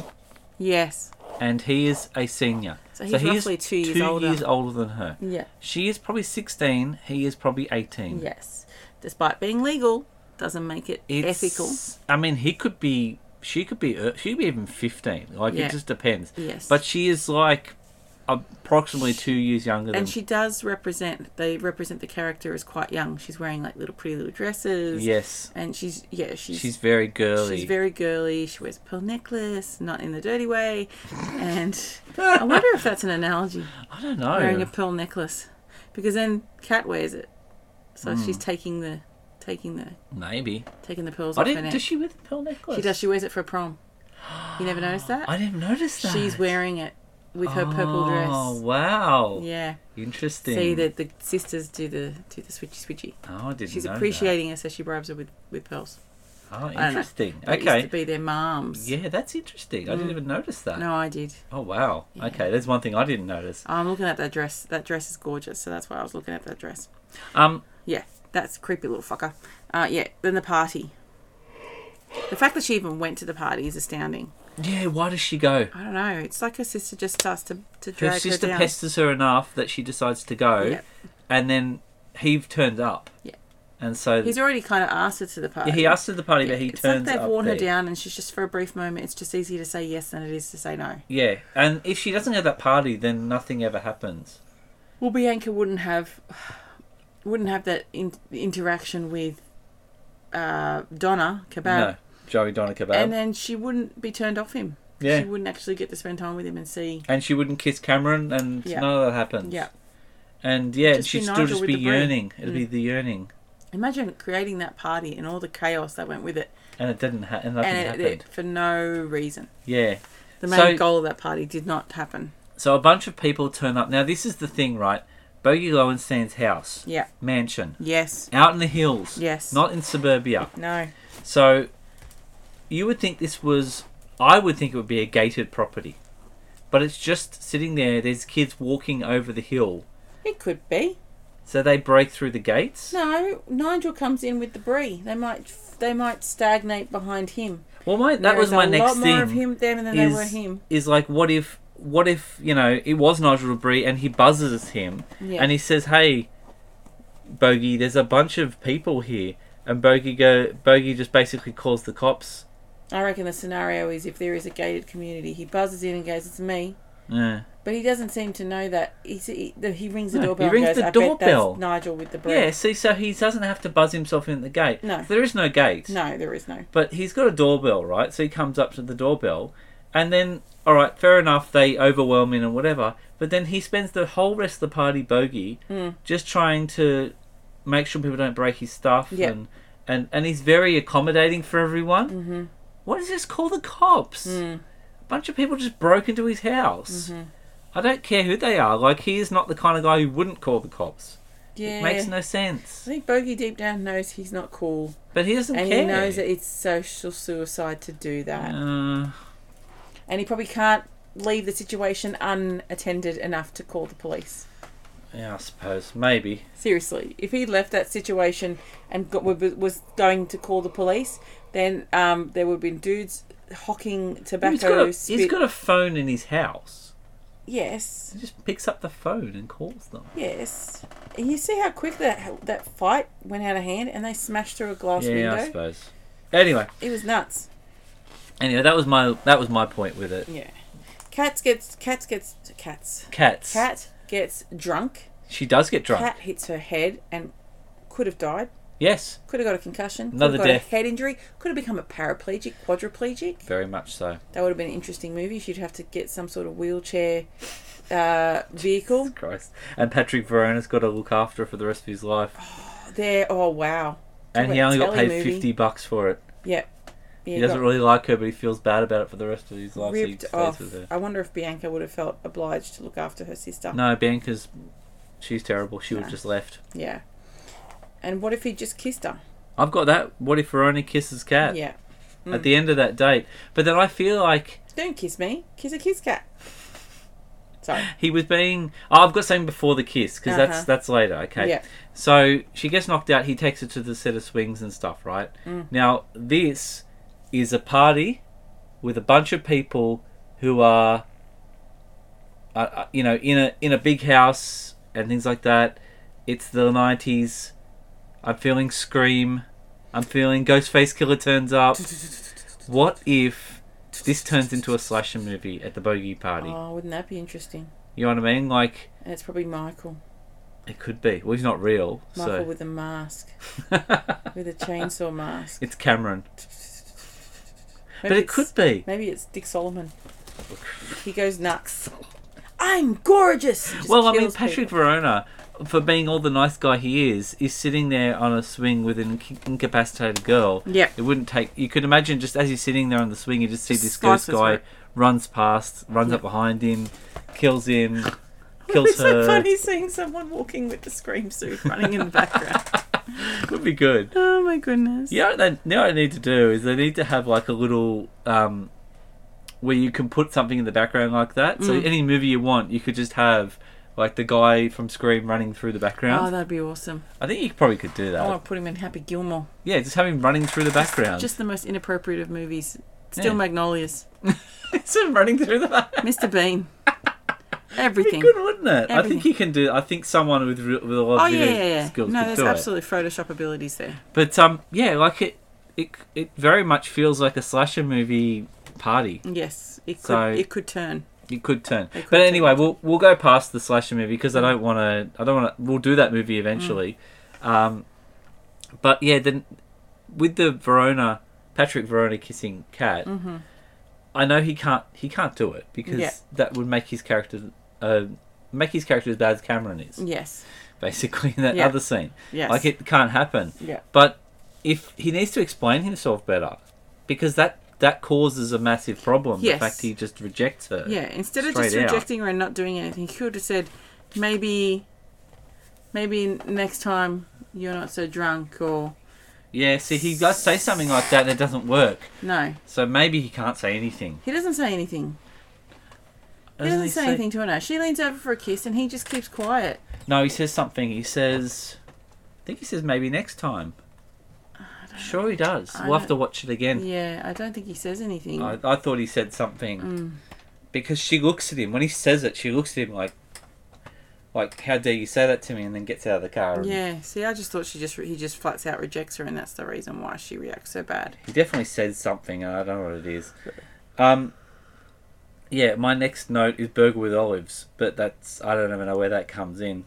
Yes. and he is a senior. So he's roughly two years older. years older than her. Yeah. She is probably sixteen. He is probably eighteen. Yes. Despite being legal, doesn't make it it's, ethical. I mean, he could be, she could be, uh, she could be even fifteen. Like Yeah. it just depends. Yes. But she is like approximately two years younger than. and she does represent they represent the character as quite young she's wearing like little pretty little dresses yes, and she's yeah she's she's she's, very girly. very girly she wears a pearl necklace not in the dirty way and i wonder if that's an [LAUGHS] analogy I don't know. wearing a pearl necklace because then cat wears it so Hmm. she's taking the taking the Maybe taking the pearls I off her didn't. neck Does she wear the pearl necklace? she does she wears it for prom you never noticed that [GASPS] I didn't notice that. she's wearing it with her purple Oh dress wow! yeah Interesting. see that the sisters do the do the switchy switchy oh, I didn't She's know that. appreciating her, so she bribes her with, with pearls. Oh, know. interesting. But It used Okay. to be their moms. Yeah, that's interesting. I didn't even notice that. No, I did. Oh wow. Yeah. Okay, there's one thing I didn't notice. I'm looking at that dress. That dress is gorgeous, so that's why I was looking at that dress. Um, Yeah, that's a creepy little fucker. Uh, yeah, then the party. The fact that she even went to the party is astounding. yeah. Why does she go? I don't know. It's like her sister just starts to, to drag Her her, sister down. pesters her enough that she decides to go, Yep. and then he turned up. Yeah. And so He's already kind of asked her to the party. yeah, he asked to the party, but he it's turns like they've up. worn her there. down, and she's just for a brief moment. It's just easier to say yes than it is to say no. Yeah, and if she doesn't go to that party, then nothing ever happens. Well, Bianca wouldn't have [SIGHS] wouldn't have that in, interaction with uh, Donna Kebab no, Joey Donna Kebab. and then she wouldn't be turned off him. Yeah. She wouldn't actually get to spend time with him and see. and she wouldn't kiss Cameron, and Yeah. none of that happened. Yeah. And yeah, Just be she'd still Nigel just with be the Mm. brain. yearning. It'd be the yearning, Imagine creating that party and all the chaos that went with it, and it didn't happen. And nothing and happened. it, it, for no reason. yeah. The main So- goal of that party did not happen. So a bunch of people turn up. Now this is the thing, right? Bogey Lowenstein's house, Yeah. mansion, Yes. out in the hills. Yes. Not in suburbia. No. So you would think this was. I would think it would be a gated property, but it's just sitting there. There's kids walking over the hill, It could be. so they break through the gates. No. Nigel comes in with the brie. They might. They might stagnate behind him. Well, my that There was is my a next lot thing. More of him them than is, they were him. is like what if what if you know it was Nigel Bree and he buzzes him Yeah. and he says, "Hey, Bogey, there's a bunch of people here," and Bogey go Bogey just basically calls the cops. I reckon the scenario is if there is a gated community, he buzzes in and goes, "It's me," Yeah. but he doesn't seem to know that. He's, he the- he rings the No, he doorbell. rings and goes, the I doorbell." Bet that's Nigel with the brie. yeah, see, so he doesn't have to buzz himself in at the gate. No. there is no gate. No, there is no. But he's got a doorbell, right? So he comes up to the doorbell, and then, all right, fair enough, they overwhelm him and whatever. But then he spends the whole rest of the party bogey Mm. just trying to make sure people don't break his stuff, Yeah. and and and he's very accommodating for everyone. Mm-hmm. What does this call the cops? Mm. Hmm. A bunch of people just broke into his house. Mm-hmm. I don't care who they are. Like he is not the kind of guy who wouldn't call the cops. Yeah. It makes no I sense. think Bogey deep down knows he's not cool, But he doesn't and care. he knows that it's social suicide to do that, Uh, and he probably can't leave the situation unattended enough to call the police. yeah, I suppose maybe. Seriously, if he left that situation and got, was- was going to call the police, then um, there would have been dudes hocking tobacco. He's got, a, spit. he's got a phone in his house. yes, He just picks up the phone and calls them. yes. And you see how quick that that fight went out of hand, and they smashed through a glass yeah, I window. suppose. Anyway, It was nuts. anyway, that was my that was my point with it. Yeah, cats gets cats gets cats. Cats. Cat gets drunk. She does get drunk. Cat hits her head and could have died. Yes, Could have got a concussion. could Another have got death. a head injury. Could have become a paraplegic, quadriplegic. very much so. That would have been an interesting movie. She'd have to get some sort of wheelchair uh, vehicle Christ. And Patrick Verona's got to look after her for the rest of his life, there. Oh wow. and he about only got paid telemovie. fifty bucks for it. Yep. Yeah, He doesn't got really like her, but he feels bad about it for the rest of his life. so he ripped stays off. with her. I wonder if Bianca would have felt obliged to look after her sister. No, Bianca's she's terrible. She would No. have just left. Yeah. And what if he just kissed her? I've got that. What if Verona kisses Cat Yeah. Mm. at the end of that date? But then I feel like Don't kiss me. Kiss a kiss cat. Sorry. He was being. Oh, I've got something before the kiss because that's Uh-huh. that's later. Okay. Yeah. So she gets knocked out. He takes her to the set of swings and stuff. Right. Mm. Now this is a party with a bunch of people who are, uh, uh, you know, in a in a big house and things like that. It's the nineties. I'm feeling Scream. I'm feeling Ghostface Killer turns up. What if this turns into a slasher movie at the bogey party? Oh, wouldn't that be interesting? You know what I mean? Like And it's probably Michael. it could be. Well, he's not real, Michael so with a mask, with a chainsaw mask. [LAUGHS] it's Cameron. Maybe [LAUGHS] but it it's- could be. Maybe it's Dick Solomon. He goes nuts. I'm gorgeous. Just Well, I mean, kills people. Patrick Verona, for being all the nice guy he is, is sitting there on a swing with an inc- incapacitated girl. Yeah. It wouldn't take. You could imagine just as he's sitting there on the swing, you just see this ghost Slices guy her. runs past, runs up behind him, [LAUGHS] kills him, [LAUGHS] kills It's so her. funny seeing someone walking with the scream suit running in the [LAUGHS] background. [LAUGHS] Would be good. oh my goodness. You know, what they, you know what they need to do is they need to have like a little um, where you can put something in the background like that. So Mm. any movie you want, you could just have like the guy from Scream running through the Oh, background. that'd be awesome. I think you probably could do I that. want to put him in Happy Gilmore. Yeah, just have him running through the background. Just Oh. [LAUGHS] Just the most inappropriate of movies. Still Yeah. Magnolias. him running through the background. Mr. [LAUGHS] Bean. Be Everything. good, wouldn't it? I think Everything. you can do. I think someone with re- with a lot of Oh yeah, video yeah, yeah. skills no, could there's do absolutely Photoshop abilities there. it. But um, yeah, like it, it, it very much feels like a slasher movie party. Yes, it could. So- it could turn. It could turn. It could but turn. anyway, we'll we'll go past the slasher movie because I don't want to. I don't want to. We'll do that movie Mm. eventually. Um, but yeah, then with the Verona Patrick Verona kissing Kat, I know he can't he can't do it because Mm-hmm. Yeah. that would make his character uh, make his character as bad as Cameron is Yes. basically in that Mm. Yeah. other scene. Yes. Like it can't happen. Yeah. But if he needs to explain himself better, because that that causes a massive problem. Yes. The fact he just rejects her. Yeah, instead of Straight just out. rejecting her and not doing anything, he could have said, maybe, maybe next time you're not so drunk or Yeah. See, he does say something like that, and it doesn't work. no. So maybe he can't say anything. He doesn't say anything. He doesn't, say, anything to her. No. She leans over for a kiss and he just keeps quiet. No, he says something. He says, I think he says maybe next time. Sure, he does. I we'll have to don't- watch it again. Yeah, I don't think he says anything. I, I thought he said something Mm. because she looks at him when he says it. She looks at him like, like how dare you say that to me? And then gets out of the car. And yeah, see, I just thought she just he just flats out rejects her, and that's the reason why she reacts so bad. He definitely says something. and I don't know what it is. Um, yeah, my next note is burger with olives, but that's I don't even know where that comes in.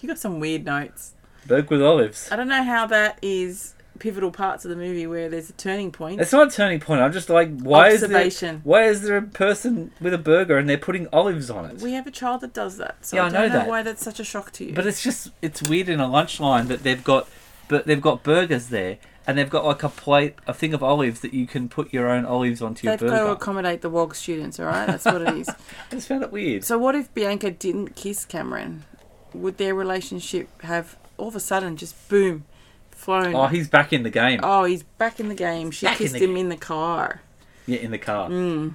You got some weird notes. Burger with olives. I don't know how that is pivotal parts of the movie where there's a turning point. It's not a turning point. I'm just like, why is there Observation. why is there a person with a burger and they're putting olives on it? We have a child that does that, so Yeah, I I don't know know that. why that's such a shock to you. but it's just it's weird in a lunch line that they've got but they've got burgers there and they've got like a plate a thing of olives that you can put your own olives onto your They've got to burger. accommodate the WOG students, all right? That's what it [LAUGHS] is. I just found it weird. So, what if Bianca didn't kiss Cameron? Would their relationship have all of a sudden just boom, flown? Oh, he's back in the game. Oh, he's back in the game. She Back in kissed the him game. in the car. Yeah, in the car. Mm,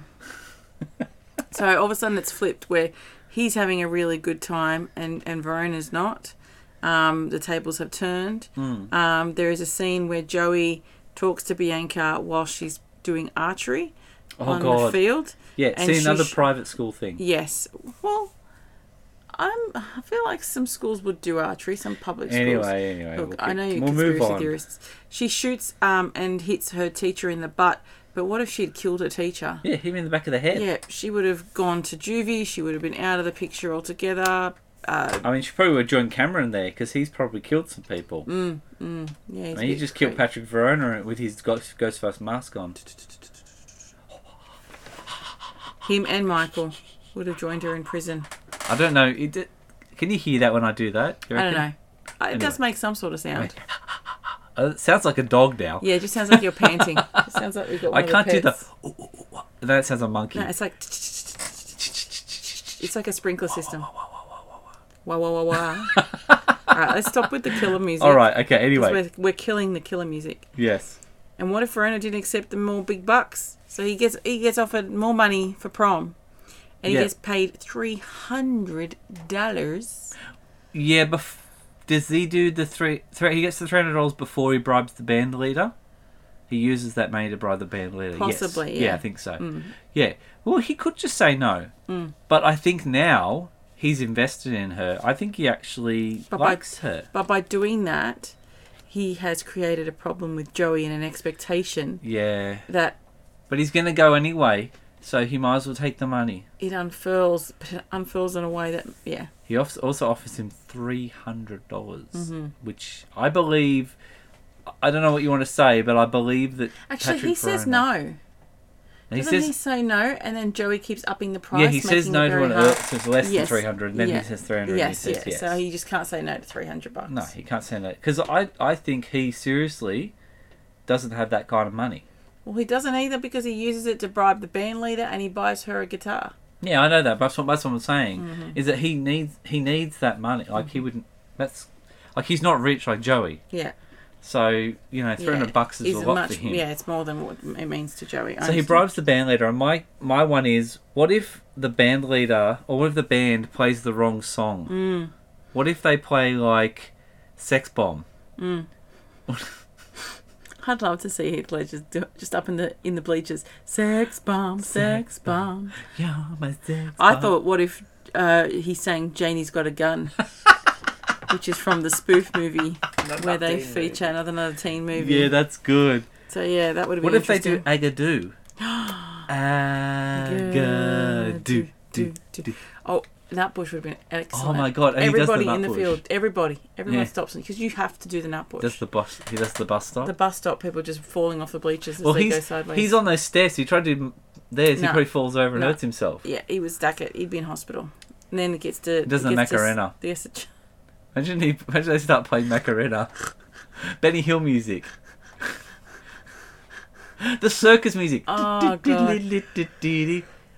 So all of a sudden it's flipped where he's having a really good time and, and Verona's not. Um, the tables have turned. Hmm. Um, there is a scene where Joey talks to Bianca while she's doing archery Oh on the god. field. Yeah, and see she another sh- private school thing. Yes. Well, I'm, I feel like some schools would do archery, some public schools. Anyway, anyway. Look, we'll I keep- know you're we'll move conspiracy on. theorists. She shoots um, and hits her teacher in the butt, but what if she had killed her teacher? Yeah, hit him in the back of the head. Yeah, she would have gone to juvie. She would have been out of the picture altogether. Uh, I mean, she probably would have joined Cameron there because he's probably killed some Mm. people. yeah, he's I a mean, he bit just killed crazy. Patrick Verona with his ghost, Ghostface mask on. Him and Michael would have joined her in prison. I don't know. It, did- can you hear that when I do that? You I don't reckon? know. Uh, It does make some sort of sound. Uh, it sounds like a dog now. Yeah, it just sounds like you're [LAUGHS] panting. It sounds like we've got. I One can't do the. that. Ooh, ooh, ooh, ooh. That sounds like a monkey. No, it's like. It's like a sprinkler system. Wah wah wah [LAUGHS] wah. All right, let's stop with the killer music. All right. Okay. 'cause Anyway. we're, we're killing the killer music. Yes. And what if Verona didn't accept the more big bucks? So he gets he gets offered more money for prom, and he Yeah. gets paid three hundred dollars. Yeah. Bef- does he do the three, three? He gets the three hundred dollars before he bribes the band leader. He uses that money to bribe the band leader. yes. Possibly, Yeah. yeah. Mm. I think so. Yeah. Well, he could just say no. But I think now he's invested in her. I think he actually But by- likes her. But by doing that, he has created a problem with Joey and an expectation Yeah. that But he's going to go anyway, so he might as well take the money. it unfurls [LAUGHS] unfurls in a way that yeah He off- also offers him three hundred dollars, Mm-hmm. which I believe. I don't know what you want to say, but I believe that actually Patrick he says Verona- no. And He Doesn't says he say no? And then Joey keeps upping the price. yeah. He making says no it to very one hard. else that's less Yes. than three hundred, and then Yeah. he says three hundred. Yes, and he says yes, yes. So he just can't say no to three hundred bucks. no, he can't say no because I I think he seriously doesn't have that kind of money. Well, he doesn't either because he uses it to bribe the band leader and he buys her a guitar. Yeah, I know that. But that's what that's what I'm saying Mm-hmm. is that he needs he needs that money. Like he wouldn't. That's like he's not rich like Joey. Yeah. So you know, three hundred yeah. bucks is He's a lot for him. Yeah, it's more than what it means to Joey. I So he understand. bribes the band leader, and my my one is: what if the band leader or what if the band plays the wrong song? Mm. What if they play like "Sex Bomb"? I'd love to see Heath Ledger do, just up in the in the bleachers. Sex bomb, sex, bomb. Yeah, my sex. I bomb. thought, what if uh, he sang "Janie's Got a [LAUGHS] Gun," which is from the spoof movie where they feature another another teen movie. Yeah, that's good. so yeah, that would have been. What if they do interesting. [GASPS] "Agadoo"? Agadoo. do, do. Oh, nut bush would have been excellent. Oh my God, and he does the everybody nut in the bush. field, everybody, everyone Yeah. stops because you have to do the nut bush. That's the bus. He does the bus stop. the bus stop people just falling off the bleachers as well, they he's go sideways. he's on those stairs. He tried to do theirs. He No. probably falls over and No. hurts himself. yeah, he was stuck at he'd be in hospital, and then it gets to does it the gets to s- Macarena. Yes, it- Imagine he imagine they start playing Macarena, Benny Hill music, the circus music. Oh, God.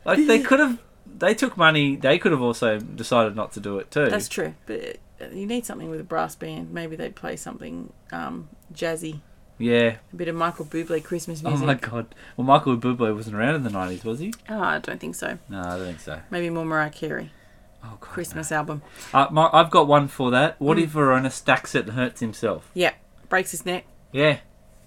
Like they could have. They took money. They could have also decided not to do it too. that's true. But uh, you need something with a brass band. Maybe they play something um, jazzy, yeah. a bit of Michael Bublé Christmas Oh music. my god. Well, Michael Bublé wasn't around in the nineties, was he? Oh, I don't think so. No, I don't think so. Maybe more Mariah Carey Oh god. Christmas Mm. album. Uh, my, I've got one for that. What if Verona stacks it and hurts himself? Yeah, breaks his neck. Yeah.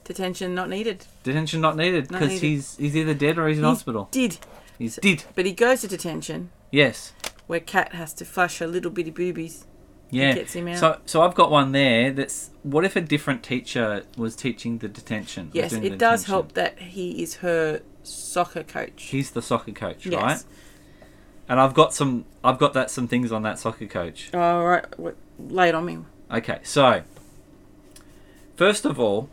Detention not needed. Detention not needed Not because needed. he's he's either dead or he's in He hospital. Did, He's dead. but he goes to detention Yes. where Kat has to flush her little bitty boobies. Yeah. gets him out. So so I've got one there that's what if a different teacher was teaching the detention? was Yes, doing the it does detention? help that he is her soccer coach. He's the soccer coach, Yes. right? And I've got some I've got that some things on that soccer coach. All Oh, right, what, lay it on me. Okay, so first of all,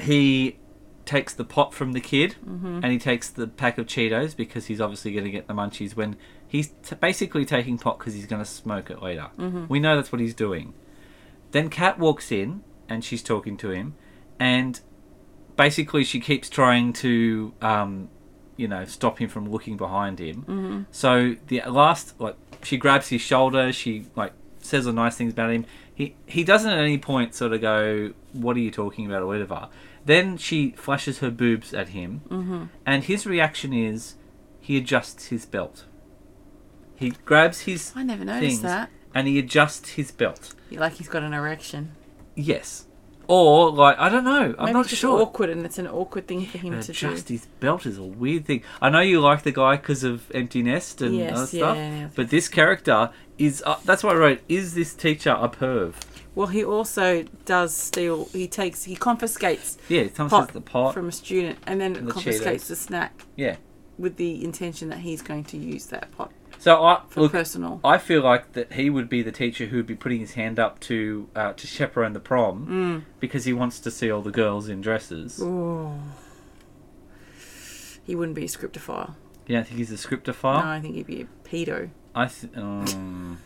he takes the pot from the kid Mm-hmm. and he takes the pack of Cheetos because he's obviously going to get the munchies when he's t- basically taking pot because he's going to smoke it later. Mm-hmm. We know that's what he's doing. Then Kat walks in and she's talking to him, and basically she keeps trying to, um, you know, stop him from looking behind him. So the last, like, she grabs his shoulder. She like says the nice things about him. He he doesn't at any point sort of go, "What are you talking about?" or whatever. Then she flashes her boobs at him, and his reaction is he adjusts his belt. He grabs his I never noticed things that. and he adjusts his belt. You're like he's got an erection. Yes. Or like I don't know. I'm Maybe not it's just sure. Awkward, and it's an awkward thing for him But to just do. his belt is a weird thing. I know you like the guy because of Empty Nest and Yes, other yeah, stuff, yeah, yeah. but this character is. Uh, that's why I wrote. Is this teacher a perv? Well, he also does steal. He takes. He confiscates Yeah, it comes pot, with the pot. from a student, and then And the confiscates the snack yeah. with the intention that he's going to use that pot So I for look. personal. I feel like that he would be the teacher who would be putting his hand up to uh, to chaperone the prom Mm. because he wants to see all the girls in dresses. Oh. He wouldn't be a scriptophile. Yeah, I think he's a No, scriptophile. I think he'd be a pedo. I th- um,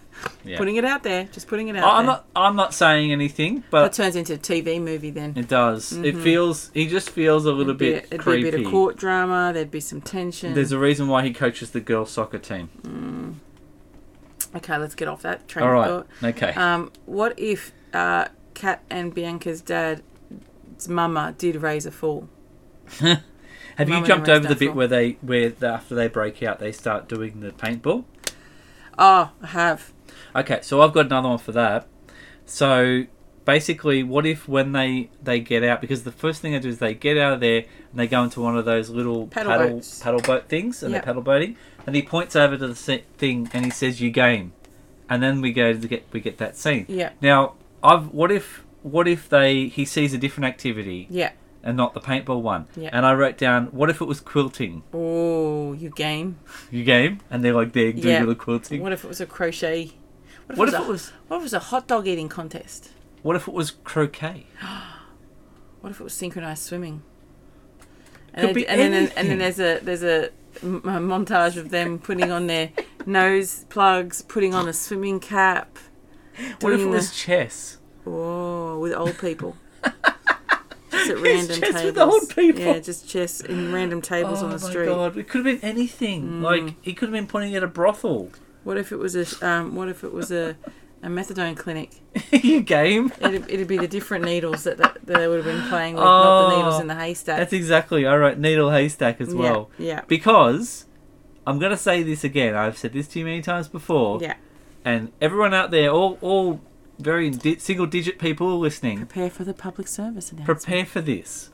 yeah. Putting it out there, just putting it out I- I'm there. not. uh, I'm not saying anything, but that turns into a TV movie then. It does. It feels. He just feels a little Be bit Mm-hmm. it'd creepy. be a bit of court drama. There'd be some tension. There's a reason why he coaches the girls' soccer team. okay, let's get off that train All of right. thought. Okay. Um, what if uh, Kat and Bianca's dad's mama did raise a fool? Have you Mama jumped Nemo's over the Death bit Roll. where they where the, after they break out they start doing the paintball? Oh, I have. Okay. So I've got another one for that. So basically, what if when they they get out because the first thing they do is they get out of there and they go into one of those little Paddle paddle boats. paddle boat things and Yep. they're paddle boating and he points over to the se- thing and he says you game, and then we go to get we get that scene. Yeah, Now, I've what if what if they he sees a different activity yeah. and not the paintball one? Yeah. And I wrote down what if it was quilting? Oh, you game. You game and they're like they're doing Yeah. little quilting. What if it was a crochet? What if a- it was- What if it was a hot dog eating contest? What if it was croquet? What if it was synchronized swimming? Could And, then- be and, then, and anything. then there's a there's a, m- a montage of them putting on [LAUGHS] their nose plugs, putting on a swimming cap. What if it doing the- was chess? Oh, with old [LAUGHS] people. just at It's random chess tables. with old people. Oh Yeah, just chess in random tables on the street. Mm. god, it could have been anything. Like he could have been pointing at a brothel. [LAUGHS] What if it was a um, what if it was a, a methadone clinic? you game. It'd, it'd be the different needles that, that, that they would have been playing with, not the Oh, needles in the haystack. That's exactly. I wrote needle haystack as Yeah, well. yeah. Because I'm gonna say this again. I've said this too many times before. yeah. and everyone out there, all all very di- single digit people listening, Prepare for the public service announcement. prepare for this.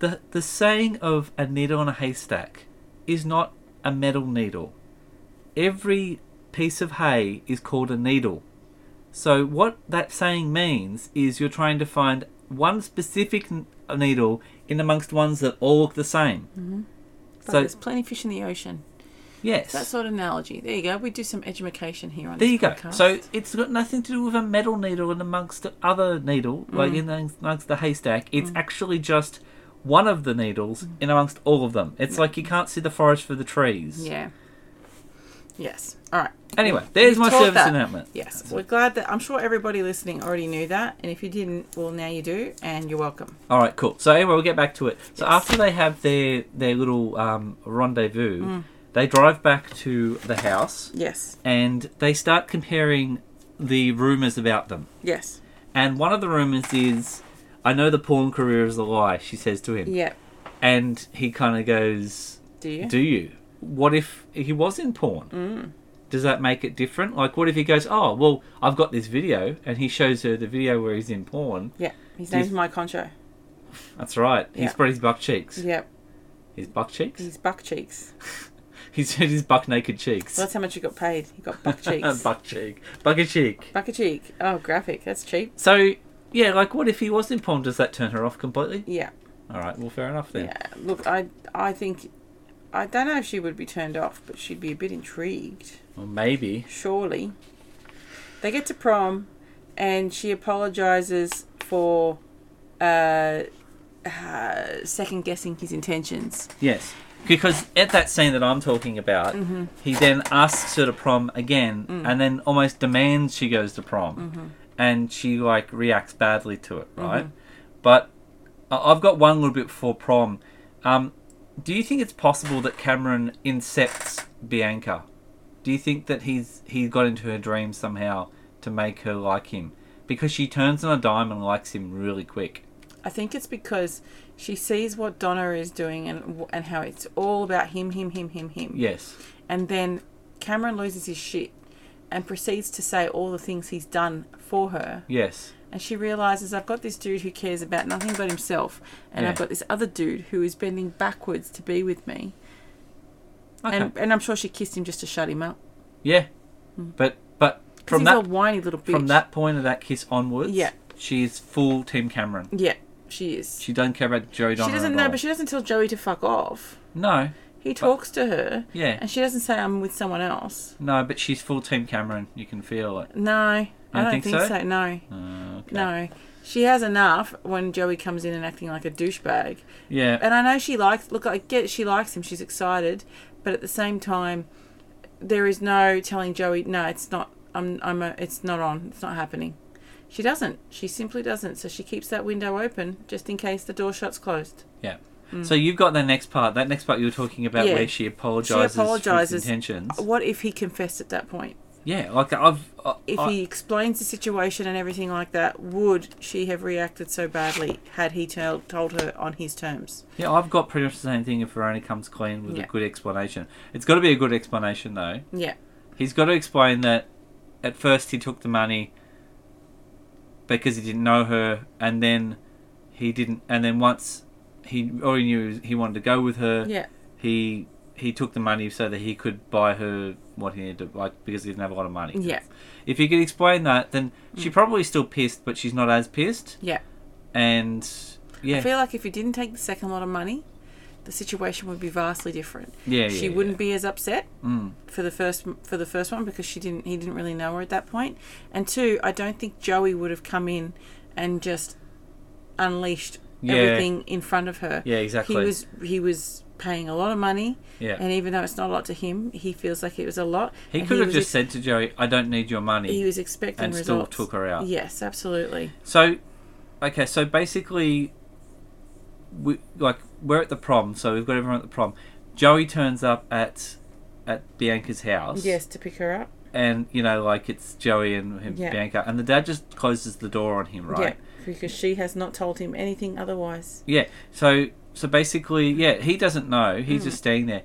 The the saying of a needle on a haystack is not a metal needle. Every piece of hay is called a needle. So what that saying means is you're trying to find one specific n- needle in amongst ones that all look the same. But So there's plenty of fish in the ocean. Yes. That sort of analogy. There you go. We do some education here on There this you go. podcast. So it's got nothing to do with a metal needle and amongst the other needle, Mm. like in amongst the haystack. It's actually just one of the needles Mm. in amongst all of them. It's like you can't see the forest for the trees. yeah. Yes. All right. Anyway, there's You've my taught service that. announcement. Yes. We're glad that I'm sure everybody listening already knew that, and if you didn't, well, now you do, and you're welcome. All right, cool. So anyway, we'll get back to it. So Yes. after they have their their little um, rendezvous, Mm. they drive back to the house Yes. and they start comparing the rumors about them. Yes. And one of the rumors is, "I know the porn career is a lie," she says to him. Yeah. And he kind of goes, Do you? "Do you? What if he was in porn? Mm. Does that make it different? Like, what if he goes, "Oh, well, I've got this video," and he shows her the video where he's in porn. yeah. His Do you- name's Mike Concho. That's right. Yeah. He's spread his buck cheeks. Yeah. His buck cheeks. He's buck cheeks. [LAUGHS] He said his buck naked cheeks. Well, that's how much he got paid. He got [LAUGHS] buck cheeks. buck cheek. Buck a cheek. buck a cheek. Oh, graphic. That's cheap. So, yeah, like, what if he was in porn? Does that turn her off completely? Yeah. All right, well, fair enough then. Yeah. Look, I I think I don't know if she would be turned off, but she'd be a bit intrigued. Well, maybe. Surely. They get to prom, and she apologizes for uh, uh, second guessing his intentions. Yes. Because at that scene that I'm talking about, he then asks her to prom again and then almost demands she goes to prom. And she, like, reacts badly to it, right? But I- I've got one little bit for prom. Um, do you think it's possible that Cameron incepts Bianca? Do you think that he's he got into her dream somehow to make her like him? Because she turns on a dime and likes him really quick. I think it's because she sees what Donna is doing and and how it's all about him, him, him, him, him. Yes. And then Cameron loses his shit and proceeds to say all the things he's done for her. Yes. And she realizes I've got this dude who cares about nothing but himself, and I've Yeah. got this other dude who is bending backwards to be with me. Okay. And and I'm sure she kissed him just to shut him up. Yeah, but but 'Cause from Hmm. he's that a whiny little bitch. from that point of that kiss onwards, Yeah. she is full Team Cameron. Yeah, she is. She, She doesn't care about Joey Donna. doesn't at know, all. but she doesn't tell Joey to fuck off. no, He talks to her, yeah. and she doesn't say I'm with someone else. no, but she's full Team Cameron. You can feel it. No, I don't don't think think, so? so? No, Uh, okay. no. She has enough when Joey comes in and acting like a douchebag. Yeah. and I know she likes. Look, I get she likes him. She's excited, but at the same time, there is no telling Joey. No, it's not. I'm. I'm. A, it's not on. It's not happening. She doesn't. She simply doesn't. So she keeps that window open just in case the door shuts closed. yeah. So you've got the next part. That next part you were talking about hmm. Yeah. where she apologizes, for his apologises. intentions. What if he confessed at that point? Yeah, like I've. I, If I- he explains the situation and everything like that, would she have reacted so badly had he tell, told her on his terms? yeah, I've got pretty much the same thing. If Verona comes clean with a Yeah. good explanation, it's got to be a good explanation though. Yeah. He's got to explain that at first he took the money because he didn't know her, and then he didn't, and then once he already knew he wanted to go with her, Yeah. he he took the money so that he could buy her what he needed to like because he didn't have a lot of money. Yeah. Mm. If you could explain that, then she probably still pissed, but she's not as pissed, Yeah. and yeah, I feel like if he didn't take the second lot of money, the situation would be vastly different. yeah, yeah, she yeah. wouldn't be as upset Mm. for the first for the first one because she didn't he didn't really know her at that point. And two, I don't think Joey would have come in and just unleashed Yeah. everything in front of her. Yeah, exactly. He was he was paying a lot of money, Yeah. and even though it's not a lot to him, he feels like it was a lot. He and could have was just ex- said to Joey, "I don't need your money." he was expecting and still results. took her out. Yes, absolutely. So, okay, so basically, we like we're at the prom, so we've got everyone at the prom. Joey turns up at at Bianca's house. Yes, to pick her up. And you know, like it's Joey and him, Yeah. Bianca, and the dad just closes the door on him, right? Yeah, because she has not told him anything otherwise. Yeah. So so basically, yeah, he doesn't know. He's just staying there.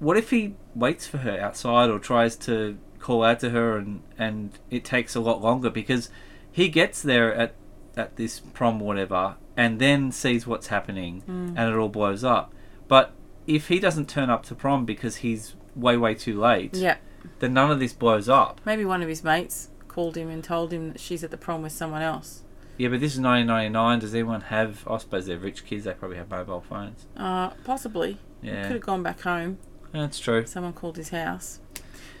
What if he waits for her outside or tries to call out to her and and it takes a lot longer because he gets there at at this prom or whatever and then sees what's happening and it all blows up. But if he doesn't turn up to prom because he's way way too late, Yeah. then none of this blows up. Maybe one of his mates called him and told him that she's at the prom with someone else. Yeah, but this is 1999. Does anyone have? I suppose they're rich kids. They probably have mobile phones. Uh, possibly. Yeah. Could have gone back home. That's true. Someone called his house.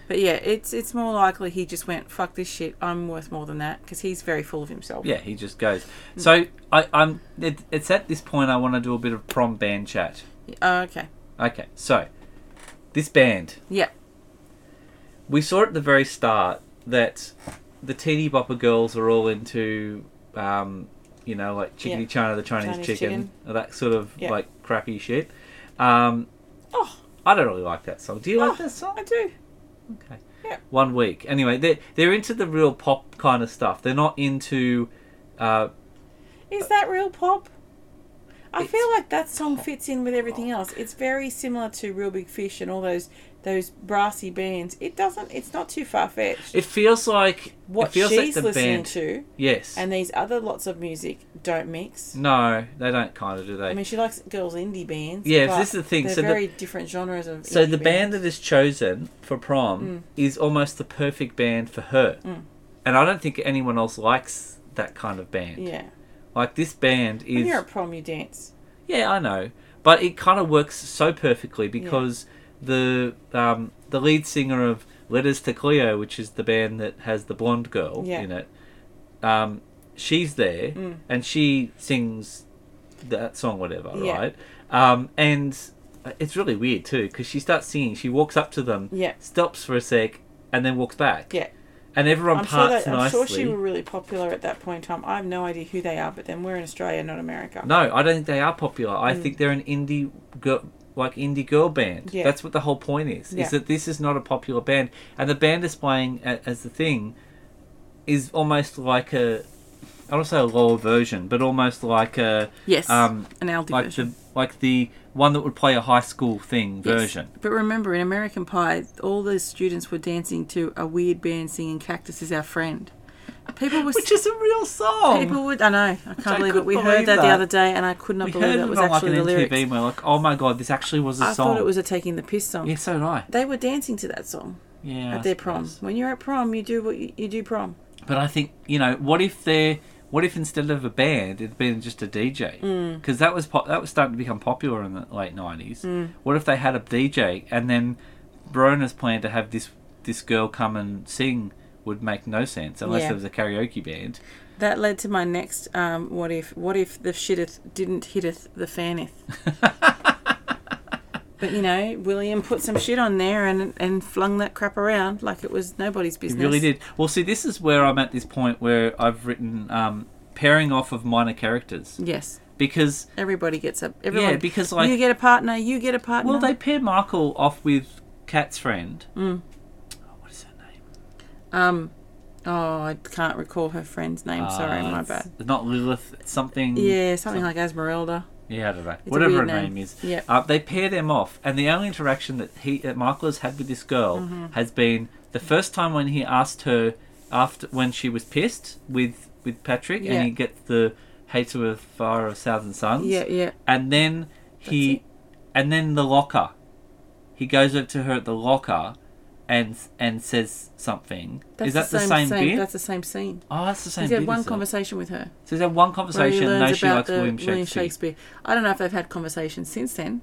But yeah, it's it's more likely he just went fuck this shit. I'm worth more than that because he's very full of himself. Yeah, he just goes. Hmm. So I, I'm. It, it's at this point I want to do a bit of prom band chat. Oh, okay. Okay, so this band Yeah. we saw at the very start that the Teeny Bopper girls are all into, um, you know, like chickadee Yeah. China, the Chinese, Chinese chicken, chicken. that sort of Yeah. like crappy shit. Um, Oh, I don't really like that song. Do you oh like that song? I do. Okay. Yeah. One week. Anyway, they're, they're into the real pop kind of stuff. They're not into. Uh, Is that real pop? I It's feel like that song fits in with everything else. It's very similar to Real Big Fish and all those those brassy bands. It doesn't. It's not too far fetched. it feels like. What it feels she's like the listening band. to Yes. and these other lots of music don't Mm. mix. no, they don't kind of do they. I mean, she likes girls indie bands. Yeah, but this is the thing. They're So the- very different genres of. So indie the band that is chosen for Mm. prom is almost the perfect band for her. And I don't think anyone else likes that kind of band. Yeah. Like this band When is you're at prom, you dance. Yeah, I know. But it kind of works so perfectly because the um, the lead singer of Letters to Cleo, which is the band that has the blonde girl Yeah. Mm. in it, um, she's there and she sings that song, whatever, Yeah. right? Um, and it's really weird too because she starts singing. She walks up to them, Yeah. stops for a sec, and then walks back. Yeah. And everyone I'm sure, parts that, I'm nicely. sure she were really popular at that point in time. I have no idea who they are, but then we're in Australia, not America. No, I don't think they are popular. I think they're an indie girl, like indie girl band. Mm. Yeah. That's what the whole point is. Yeah. Is that this is not a popular band, and the band is playing a, as the thing is almost like a, I don't say a lower version, but almost like a Yes. um an Aldi like version. the like the one that would play a high school thing Yes. version. But remember, in American Pie, all the students were dancing to a weird band singing "Cactus is Our Friend." People were. Which is a real song. People would. I know. I can't I believe it. couldn't We believe heard that, the that. other day, and I could not we believe heard it it was on like an actually the MTV. lyrics. and We're like, oh my god, this actually was a I song. thought it was a taking the piss song. Yeah, so did I. They were dancing to that song Yeah, I at their prom. suppose. When you're at prom, you do what you, you do prom. But I think you know, what if they're what if instead of a band, it'd been just a DJ? Because that was pop, that was starting to become popular in the late nineties. What if they had a DJ and then Verona's plan to have this this girl come and sing would make no sense unless Yeah. there was a karaoke band. That led to my next um, what if what if the shitteth didn't hitteth the [LAUGHS] faneth. but you know, William put some shit on there and and flung that crap around like it was nobody's It business. really did. Well, see, this is where I'm at this point where I've written um, pairing off of minor characters Yes. because Everybody gets a everyone yeah, because like you get a partner, you get a partner. well, they pair Michael off with Kat's friend. Oh, what is her name? um oh, I can't recall her friend's name. Sorry, Uh, my it's- bad. It's not Lilith. It's something. Yeah, something like Esmeralda. Yeah, I don't know. a Whatever her weird name, name. is. Yep. Uh, they pair them off, and the only interaction that he that Michael has had with this girl Mm-hmm. has been the first time when he asked her after when she was pissed with with Patrick, Yeah. and he gets the hates her with fire of thousand suns. Yeah, yeah. And then That's he, it. and then the locker. He goes up to her at the locker, and and says something. That's is that the same, bit? That's the same scene. oh, that's the same. He's had bit, one is it? conversation with her. So he's had one where he conversation. No, learns she about likes the William Shakespeare. William Shakespeare. I don't know if they've had conversations since then.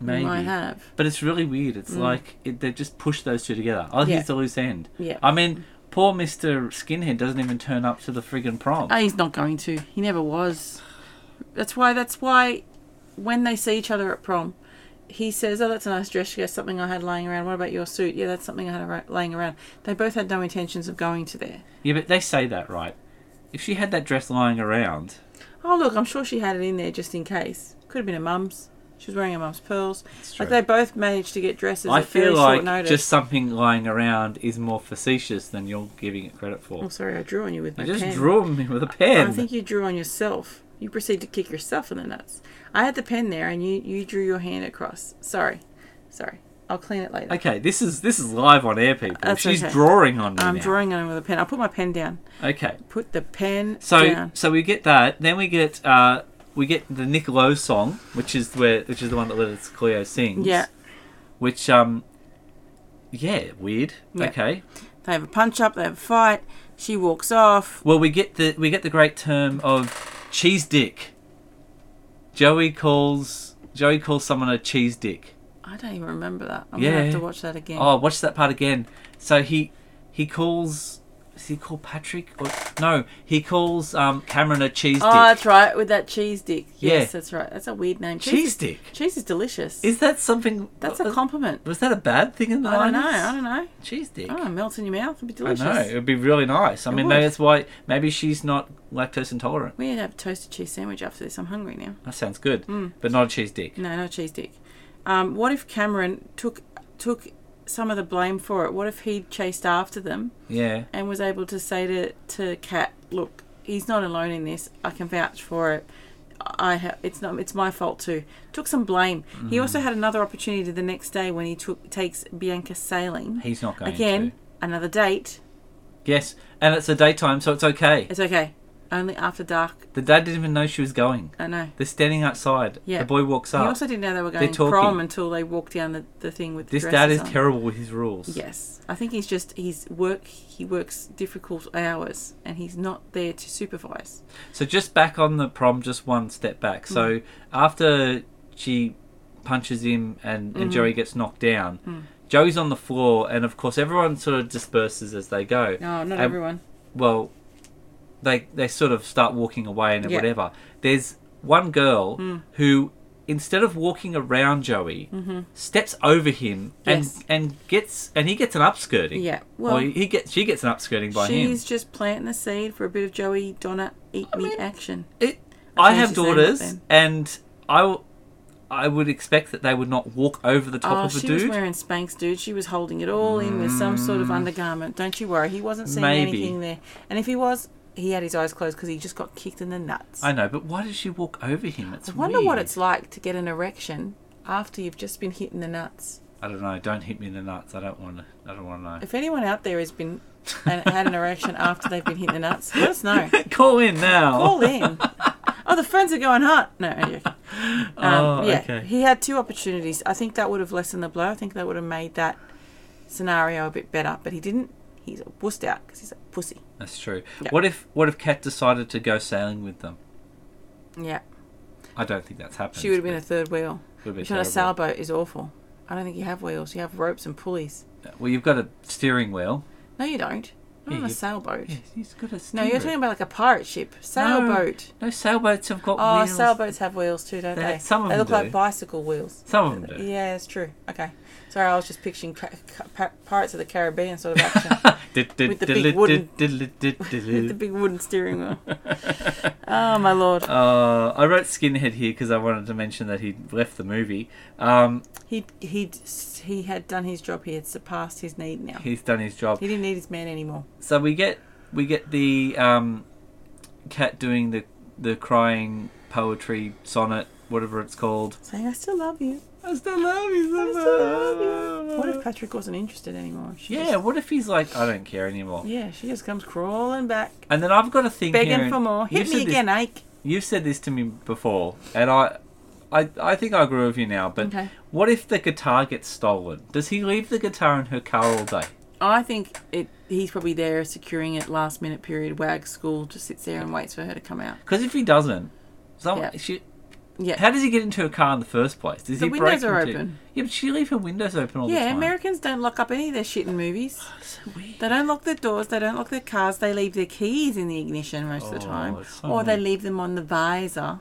They Maybe. might have. But it's really weird. It's like it, they just push those two together. Oh, Mm. Yeah. he's the loose end. Yeah. I mean, poor Mister Skinhead doesn't even turn up to the friggin' prom. Oh, he's not going to. He never was. That's why. That's why. When they see each other at prom, he says, "Oh, that's a nice dress. She goes, something I had lying around. What about your suit? Yeah, that's something I had ar- laying around." They both had no intentions of going to there. yeah, but they say that right. If she had that dress lying around, Oh, look, I'm sure she had it in there just in case. Could have been her mum's. She was wearing her mum's pearls. Like true. they both managed to get dresses. I at very feel short like notice. just something lying around is more facetious than you're giving it credit for. Oh, sorry, I drew on you with my You just pen. drew me with a I pen. think you drew on yourself. You proceeded to kick yourself in the nuts. I had the pen there, and you you drew your hand across. Sorry, sorry. I'll clean it later. okay, this is this is live on air, people. That's She's okay. drawing on me I'm now. drawing on it with a pen. I'll put my pen down. Okay. Put the pen So down. so we get that. Then we get uh, we get the Nick Lowe song, which is where which is the one that Leonard Cleo sings. Yeah, Which um, yeah, weird. Yeah. Okay. they have a punch up. They have a fight. She walks off. Well, we get the we get the great term of cheese dick. Joey calls Joey calls someone a cheese dick. I don't even remember that. I'm Yeah. gonna have to watch that again. Oh, watch that part again. So he he calls. Does he call Patrick? Or, no, he calls um, Cameron a cheese Oh, dick. that's right, with that cheese dick. Yeah. Yes, that's right. That's a weird name. cheese is- dick. Cheese is delicious. Is that something? that's a was- compliment. Was that a bad thing in the I don't know. 90s? I don't know. Cheese dick. Oh, it melts in your mouth. It'd be I delicious. know. It would be really nice. I It mean, would. maybe that's why. Maybe she's not lactose intolerant. We need to have a toasted cheese sandwich after this. I'm hungry now. That sounds good, Mm. but not a cheese dick. No, not cheese dick. Um, what if Cameron took took some of the blame for it? What if he chased after them Yeah. and was able to say to to Kat, "Look, he's not alone in this. I can vouch for it. I ha- it's not it's my fault too." Took some blame. Mm. He also had another opportunity the next day when he took takes Bianca sailing He's not going again. Another date. to. Yes, and it's a daytime, so it's okay. It's okay. Only after dark. The dad didn't even know she was going. I know. They're standing outside. Yeah. The boy walks He up. also didn't know they were They're going prom talking. until they walked down the, the thing with the this dad dresses is on. terrible with his rules. Yes, I think he's just he's work. He works difficult hours, and he's not there to supervise. So just back on the prom, just one step back. Mm. So after she punches him and, and Mm. Joey gets knocked down, Joey's on the floor, and of course everyone sort of disperses as they go. No, not Um, everyone. Well, they they sort of start walking away and Yeah. Mm. whatever. There's one girl who. Instead of walking around Joey, Mm-hmm. steps over him Yes. and and gets and he gets an upskirting. Yeah, well, well- he gets she gets an upskirting by him. She's just planting a seed for a bit of Joey Donna eat me mean- action. It, I think have she's named it daughters, then. and I, w- I would expect that they would not walk over the top Oh, of a she was dude. Mm. wearing Spanx, dude. She was holding it all in with some sort of undergarment. Don't you worry, he wasn't seeing Maybe. anything there. And if he was, he had his eyes closed because he just got kicked in the nuts. I know, but why did she walk over him? It's I wonder what weird. it's like to get an erection after you've just been hit in the nuts. I don't know. Don't hit me in the nuts. I don't want to. I don't want to If anyone out there has been and had an erection after they've been hit in the nuts, let us [LAUGHS] know. know. Call in now. All [LAUGHS] in. Oh, the friends are going hot. No, I'm joking. um, Oh, yeah. okay. He had two opportunities. I think that would have lessened the blow. I think that would have made that scenario a bit better, but he didn't. He's a wussed out because he's a pussy. That's true. Yeah. What if What if Kat decided to go sailing with them? Yeah, I don't think that's happened. she would have been a third wheel. Would Which on a sailboat is awful. I don't think you have wheels. You have ropes and pulleys. Well, you've got a steering wheel. No, you don't. Not Yeah, on a you- sailboat. Yes, he's got a steering. No, you're talking about like a pirate ship. Sailboat. No sailboats have got Oh, wheels. sailboats have wheels too, don't They- they? some of they them look do. like bicycle wheels. Some of them do. Yeah, that's true. Okay. Sorry, I was just picturing ca- ca- pa- Pirates of the Caribbean sort of [LAUGHS] action With the big wooden- [LAUGHS] with the wooden. big wooden steering [LAUGHS] wheel. Oh, my lord. Uh, I wrote Skinhead here because I wanted to mention that he left the movie. Um, He he he had done his job. He had surpassed his need now. he's done his job. Oh. He didn't need his man anymore. So we get we get the um, cat doing the the crying poetry sonnet, whatever it's called. Saying, I still love you. I still love you. I still love you. What if Patrick wasn't interested anymore? She yeah, just- what if he's like, I don't care anymore. yeah, she just comes crawling back, And then I've got a thing here, begging and for more. you've Hit said me this- again, Ike. You've said this to me before, and I, I, I think I agree with you now. But Okay. what if the guitar gets stolen? Does he leave the guitar in her car all day? I think it. He's probably there securing it last minute period. Wag school just sits there and waits for her to come out. Because if he doesn't, someone, Yeah. she, Yeah. how does he get into her car in the first place? Does The he windows break are into- open. Yeah, but she leave her windows open all the yeah, time. Americans don't lock up any of their shit in movies. So weird. They don't lock their doors, they don't lock their cars, they leave their keys in the ignition most of the Oh, time. it's so or they weird. leave them on the visor.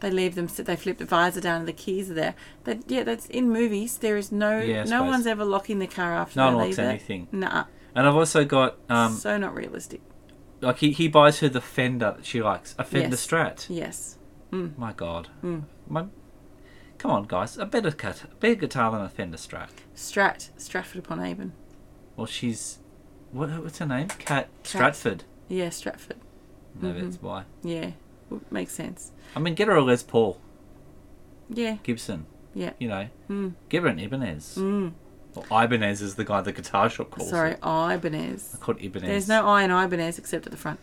They leave them, they flip the visor down and the keys are there. But yeah, that's in movies. There is no, Yeah, I no suppose. one's ever locking the car after No they one leave locks it. anything. Nah, And I've also got um, so not realistic. like he, he buys her the Fender that she likes, a Fender Yes. Strat. Yes. Mm, My God, my, come on guys, a better cut, better guitar than a Fender Strat. Strat, Stratford upon Avon. Well, she's, what, what's her name? Cat Stratford. Yeah, Stratford. Maybe Mm-hmm. that's why. Yeah, w- makes sense. I mean, get her a Les Paul Yeah, Gibson. yeah. Mm. You know, give her an Ibanez. Or Ibanez is the guy the guitar shop calls. Sorry, it. Ibanez. It's called Ibanez. There's no I in Ibanez except at the front.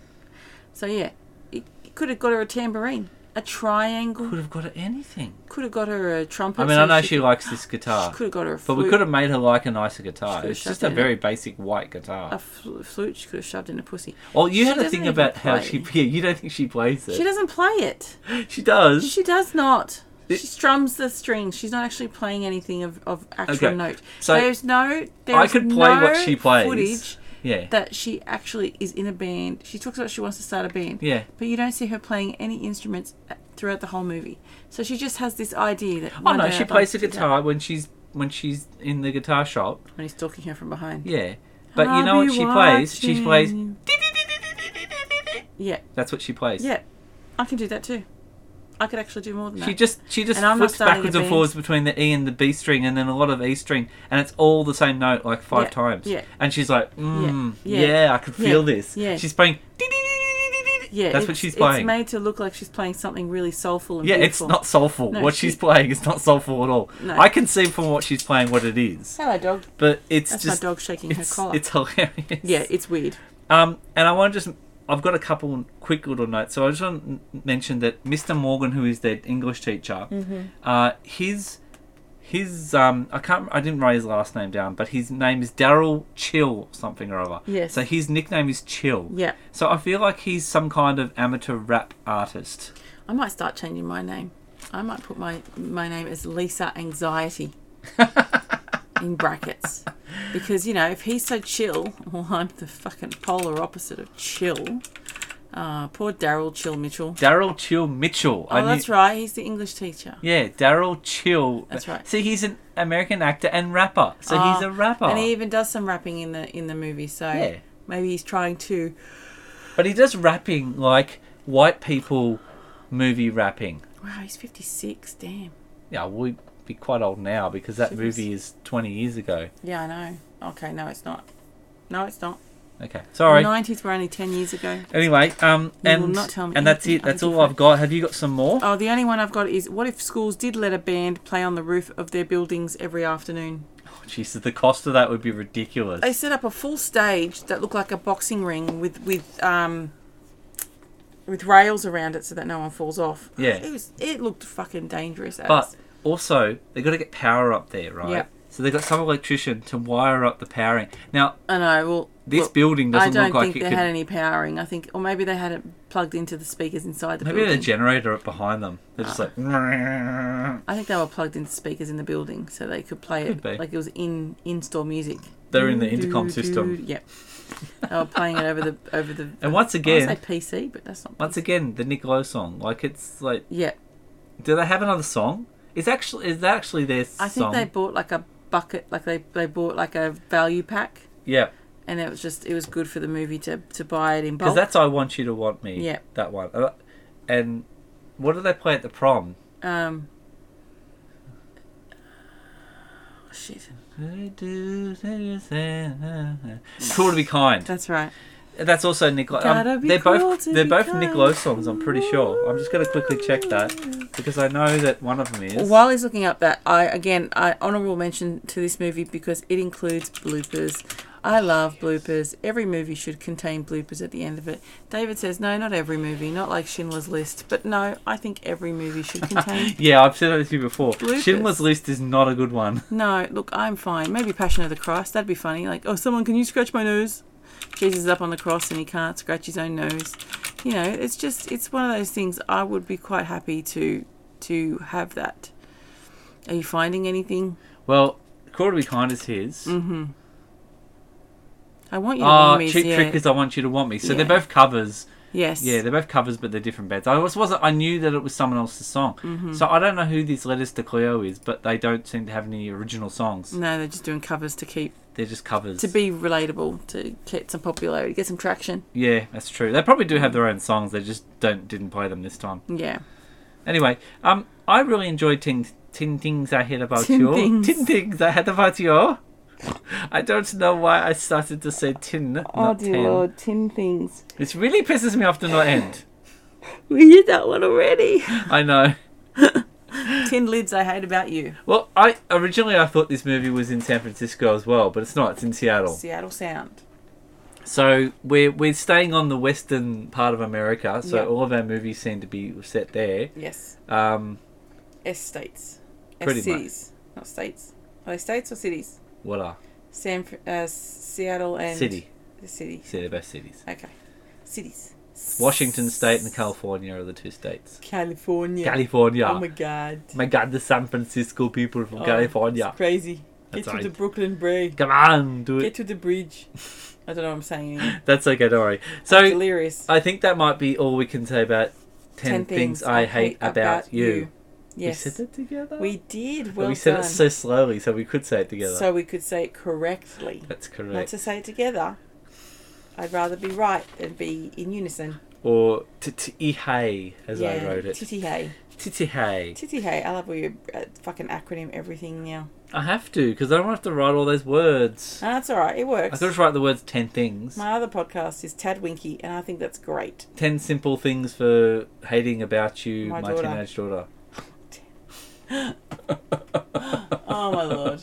So yeah, it could have got her a tambourine, a triangle. could have got her anything. Could have got her a trumpet. I mean, so I know she could- [GASPS] likes this guitar, Could have got her a but flute. we could have made her like a nicer guitar. She It's could've shoved just a it in very basic white a guitar. fl- flute. She could have shoved in a pussy. Well, She you had a doesn't thing even about how [LAUGHS] play. she. Yeah, you don't think she plays it. She doesn't play it. She does. She does not. She strums the strings. She's not actually playing anything of, of actual Okay. note. So, there's no. There's I could play what no she plays. Footage Yeah. that she actually is in a band. She talks about she wants to start a band. Yeah. But you don't see her playing any instruments uh, throughout the whole movie. So she just has this idea that. Oh one no, day she I'd plays the like to do that. guitar when she's when she's in the guitar shop. When he's stalking her from behind. Yeah. But I'll you know what be she plays? She plays watching. Yeah, That's what she plays. yeah. I can do that too. I could actually do more than that. She just she just And I'm not flips starting a backwards and band. forwards between the E and the B string, and then a lot of E string, and it's all the same note like five Yeah, times. yeah. And she's like, mm, yeah, yeah, I could feel yeah, this. yeah. She's playing. Yeah, That's what it's- she's playing. It's made to look like she's playing something really soulful and Yeah, it's beautiful. not soulful. No, what she- she's playing is not soulful at all. No. I can see from what she's playing what it is, Hello, dog. but it's That's just my dog shaking her it's, collar. it's hilarious. yeah, it's weird. Um, and I want to just, I've got a couple quick little notes. So I just want to n- mention that Mr. Morgan, who is their English teacher, Mm-hmm. uh, his, his, um, I can't, I didn't write his last name down, but his name is Daryl Chill something or other. Yes. So his nickname is Chill. Yeah. So I feel like he's some kind of amateur rap artist. I might start changing my name. I might put my my name as Lisa [LAUGHS] Anxiety in brackets because you know if he's so chill, [LAUGHS] well I'm the fucking polar opposite of chill. Uh, poor Daryl Chill Mitchell. Daryl Chill Mitchell. Oh, that's right. He's the English teacher. Yeah, Daryl Chill. That's right. See, he's an American actor and rapper. So he's Ah, a rapper. and he even does some rapping in the in the movie. So Yeah. maybe he's trying to. But he does rapping like white people movie rapping. Wow, he's 56. Damn. Yeah, we'd be quite old now because that Jeez. movie is 20 years ago. Yeah, I know. Okay, no, it's not. No, it's not. Okay, sorry. The 90s were only 10 years ago. Anyway, um, You and will not tell me and that's anything it. That's other all I've got. Have you got some more? Oh, the only one I've got is what if schools did let a band play on the roof of their buildings every afternoon? Oh, Jesus, the cost of that would be ridiculous. They set up a full stage that looked like a boxing ring with with um with rails around it so that no one falls off. Yeah. It was it looked fucking dangerous as But also, they got to get power up there, right? Yep. So they got some electrician to wire up the powering. Now, I know, well this look, building I doesn't don't look like think it they could. had any powering. I think or maybe they had it plugged into the speakers inside the Maybe they building. Ah. had a generator up behind them. They're just like. [LAUGHS] I think they were plugged into speakers in the building so they could play Could it be. like it was in in store music. They're in the intercom Doo, system. doo, Yep. They were playing it over the over the. And once I again, wanna say PC, but that's not. once PC. again, the Nick Lowe song. Like it's like, Yeah, do they have another song? Is actually is that actually their I think song? they bought like a bucket, like they they bought like a value pack, yeah, and it was just it was good for the movie to to buy it in because bulk. that's "I Want You to Want Me." Yeah. that one. Uh, And what do they play at the prom? um. Shit, Cool to be kind. that's right. That's also Nick. Lowe- Gotta Um, be they're cool both to they're be both Nick kind. Lowe songs. I'm pretty sure. I'm just gonna quickly check that because I know that one of them is. While he's looking up that, I again, I honorable mention to this movie because it includes bloopers. I love bloopers. Every movie should contain bloopers at the end of it. David says, no, not every movie, not like Schindler's List, but no, I think every movie should [LAUGHS] contain. Yeah, I've said that to you before. Bloopers. Schindler's List is not a good one. no, look, I'm fine. Maybe Passion of the Christ, that'd be funny. Like, oh, someone, can you scratch my nose? Jesus is up on the cross and he can't scratch his own nose. You know, it's just, it's one of those things. I would be quite happy to to have that. Are you finding anything? Well, Cool to Be Kind is his. Mm. Mm-hmm. I want you to Ah, want me Cheap yeah. Trick is I Want You to Want Me. So Yeah. they're both covers. Yes. Yeah, they're both covers, but they're different bands. I was wasn't. I knew that it was someone else's song. Mm-hmm. So I don't know who this Letters to Cleo is, but they don't seem to have any original songs. No, they're just doing covers to keep They're just covers. Mm. to be relatable, to get some popularity, get some traction. yeah, that's true. They probably do have their own songs. They just don't didn't play them this time. Yeah. Anyway, um, I really enjoyed Tin Tin Things I Heard About Tin You. Things. Tin Things I Heard About You. I don't know why I started to say tin. Oh, not ten. tin things. This really pisses me off to not end. We did that one already. [LAUGHS] I know. tin lids I hate about you. Well, I originally I thought this movie was in San Francisco as well, but it's not. It's in Seattle. Seattle Sound. So we're we're staying on the western part of America. So Yeah. all of our movies seem to be set there. Yes. Um, S states. Pretty S cities. Not states. Are they states or cities? what are San Fr- uh, Seattle and city? The city. City best cities. Okay. Cities. Washington State and California are the two states. California. California. Oh my my, god. God, the San Francisco people from Oh, California. It's crazy. Get That's to right. the Brooklyn Bridge. Come on, do Get [LAUGHS] it. to the bridge. I don't know what I'm [LAUGHS] saying. anymore. That's okay, don't worry. So I'm delirious. I think that might be all we can say about 10, things, I hate about, you. Yes. We said it together? We did. But Well we said done. it so slowly so we could say it together. so we could say it correctly. That's Not correct. to say it together. I'd rather be right than be in unison. Or titty as I wrote it. Titty hey. Titty hey. Titty hey. I love your uh, fucking acronym everything now. I have to, because I don't have to write all those words. Ah, that's all right. It I works. could just write the words 10 things. My other podcast is Tad Winky, and I think that's great. [LAUGHS] 10 simple things for hating about you, My my, daughter. teenage daughter. Oh my [LAUGHS] lord.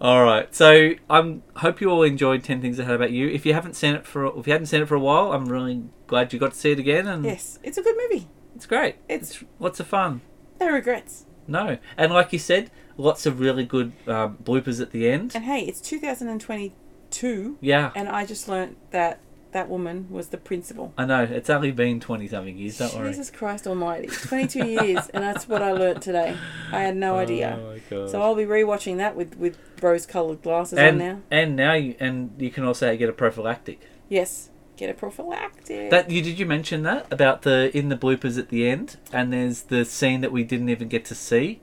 All right, so I am hope you all enjoyed Ten Things I Had About You. If you haven't seen it for if you hadn't seen it for a while, I'm really glad you got to see it again, and Yes, it's a good movie. it's great. It's- lots of fun. No regrets. No, and like you said, lots of really good um, bloopers at the end. And hey, it's 2022, Yeah, and I just learnt that that woman was the principal. I know. It's only been twenty something years. Don't worry. Jesus Christ Almighty. 22 years, and that's what I learnt today. I had no idea. Oh my god. So I'll be rewatching that with, with rose coloured glasses and on now. and now you and you can also get a prophylactic. Yes, get a prophylactic. That you did you mention that about the in the bloopers at the end, and there's the scene that we didn't even get to see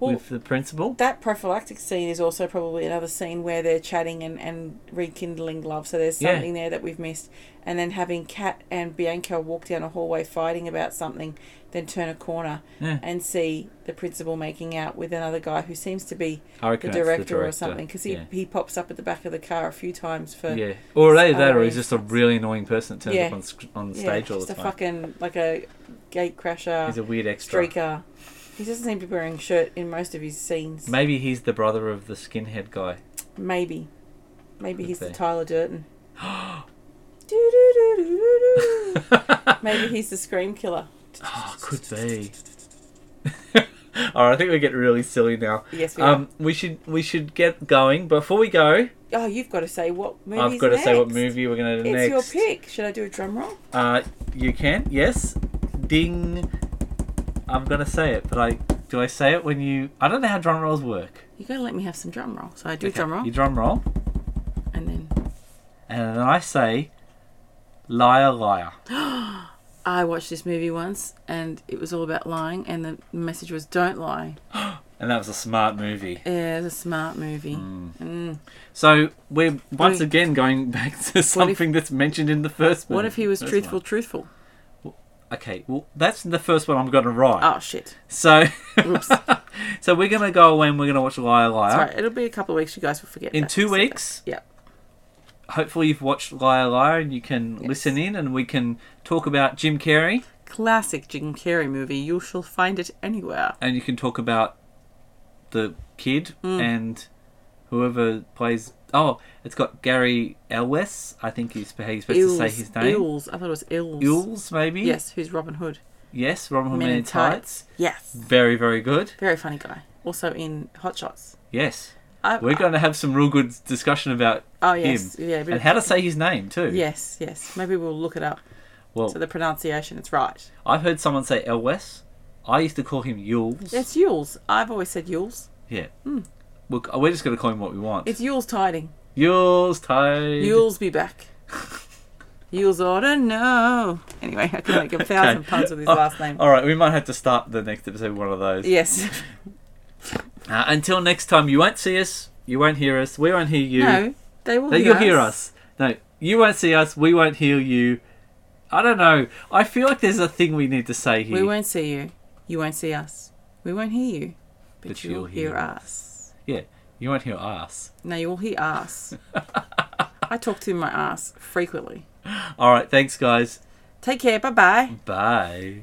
Well- with the principal. that prophylactic scene is also probably another scene where they're chatting and, and rekindling love. So there's Yeah. something there that we've missed. And then having Kat and Bianca walk down a hallway fighting about something, then turn a corner Yeah. and see the principal making out with another guy who seems to be I the reckon it's director, or something because he, yeah. he pops up at the back of the car a few times for Yeah. Or either that, or he's Sorry. just a really annoying person that turns Yeah. up on sc- on yeah, stage all just the a uh, time. fucking like a gate crasher, he's a weird extra. streaker. He doesn't seem to be wearing a shirt in most of his scenes. Maybe he's the brother of the skinhead guy. [GASPS] Maybe. Maybe Could he's the be. Tyler Durden. [LAUGHS] Do-do-do-do-do-do. [LAUGHS] Maybe he's the Scream Killer. oh, could be. [LAUGHS] all right, I think we get really silly now. Yes, we Um, we should we should get going. Before we go, are. Oh, you've got to say what movie. I've got to say what movie we're going to It's do next. your pick. Should I do a drum roll? Uh, you can, yes. Ding. I'm going to say it, but I do I say it when you? I don't know how drum rolls work. You gotta let me have some drum roll. So I do Okay, drum roll, You drum roll. and then And then I say, liar, liar. I watched this movie once, and it was all about lying, and the message was don't lie. And that was a smart movie. Yeah, it's a smart movie. Mm. So we're once if- again going back to [LAUGHS] something that's mentioned in the first one. What if he was First truthful? one. Truthful. Okay, well, that's the first one I'm going to write. Oh shit. So, [LAUGHS] Oops. so we're going to go away and we're going to watch Liar, Liar. Sorry. It'll be a couple of weeks. You guys will forget. In that. two So- weeks, Yeah. hopefully you've watched Liar, Liar and you can Yes. listen in and we can talk about Jim Carrey classic Jim Carrey movie. You shall find it anywhere. and you can talk about the kid Mm. and whoever plays. Oh, it's got Gary Elwes. I think he's how you're supposed to say his name. Eels. I thought it was Ills. Eels, maybe. Yes, who's Robin Hood. Yes. Robin Hood Men Men in in Tights. Yes. Very, very good. Very funny guy. Also in Hot Shots. Yes. I, We're going to have some real good discussion about Uh, Oh, yes. him Yeah, a bit and of- how to say his name too. Yes, yes. Maybe we'll look it up. Well, So the pronunciation is right. I've heard someone say Elwes. I used to call him Yules. It's Yules. I've always said Yules. Yeah. Look, we're just going to call him what we want. Hmm. It's Yules tiding. Yules Tide. Yules be back. Yules ought to know. Anyway, I can [LAUGHS] make a thousand [LAUGHS] Okay. puns with his Oh, last name. All right, we might have to start the next episode with one of those. Yes. Uh, until next time, you won't see us, you won't hear us, we won't hear you. [LAUGHS] No, they will No, hear you'll us. hear us. No, you won't see us, we won't hear you. I don't know. I feel like there's a thing we need to say here. We won't see you. You won't see us. We won't hear you. But, you'll, hear, us. Yeah, you won't hear us. No, you'll hear [LAUGHS] us. I talk to my ass frequently. All right, thanks, guys. Take care. Bye bye. Bye.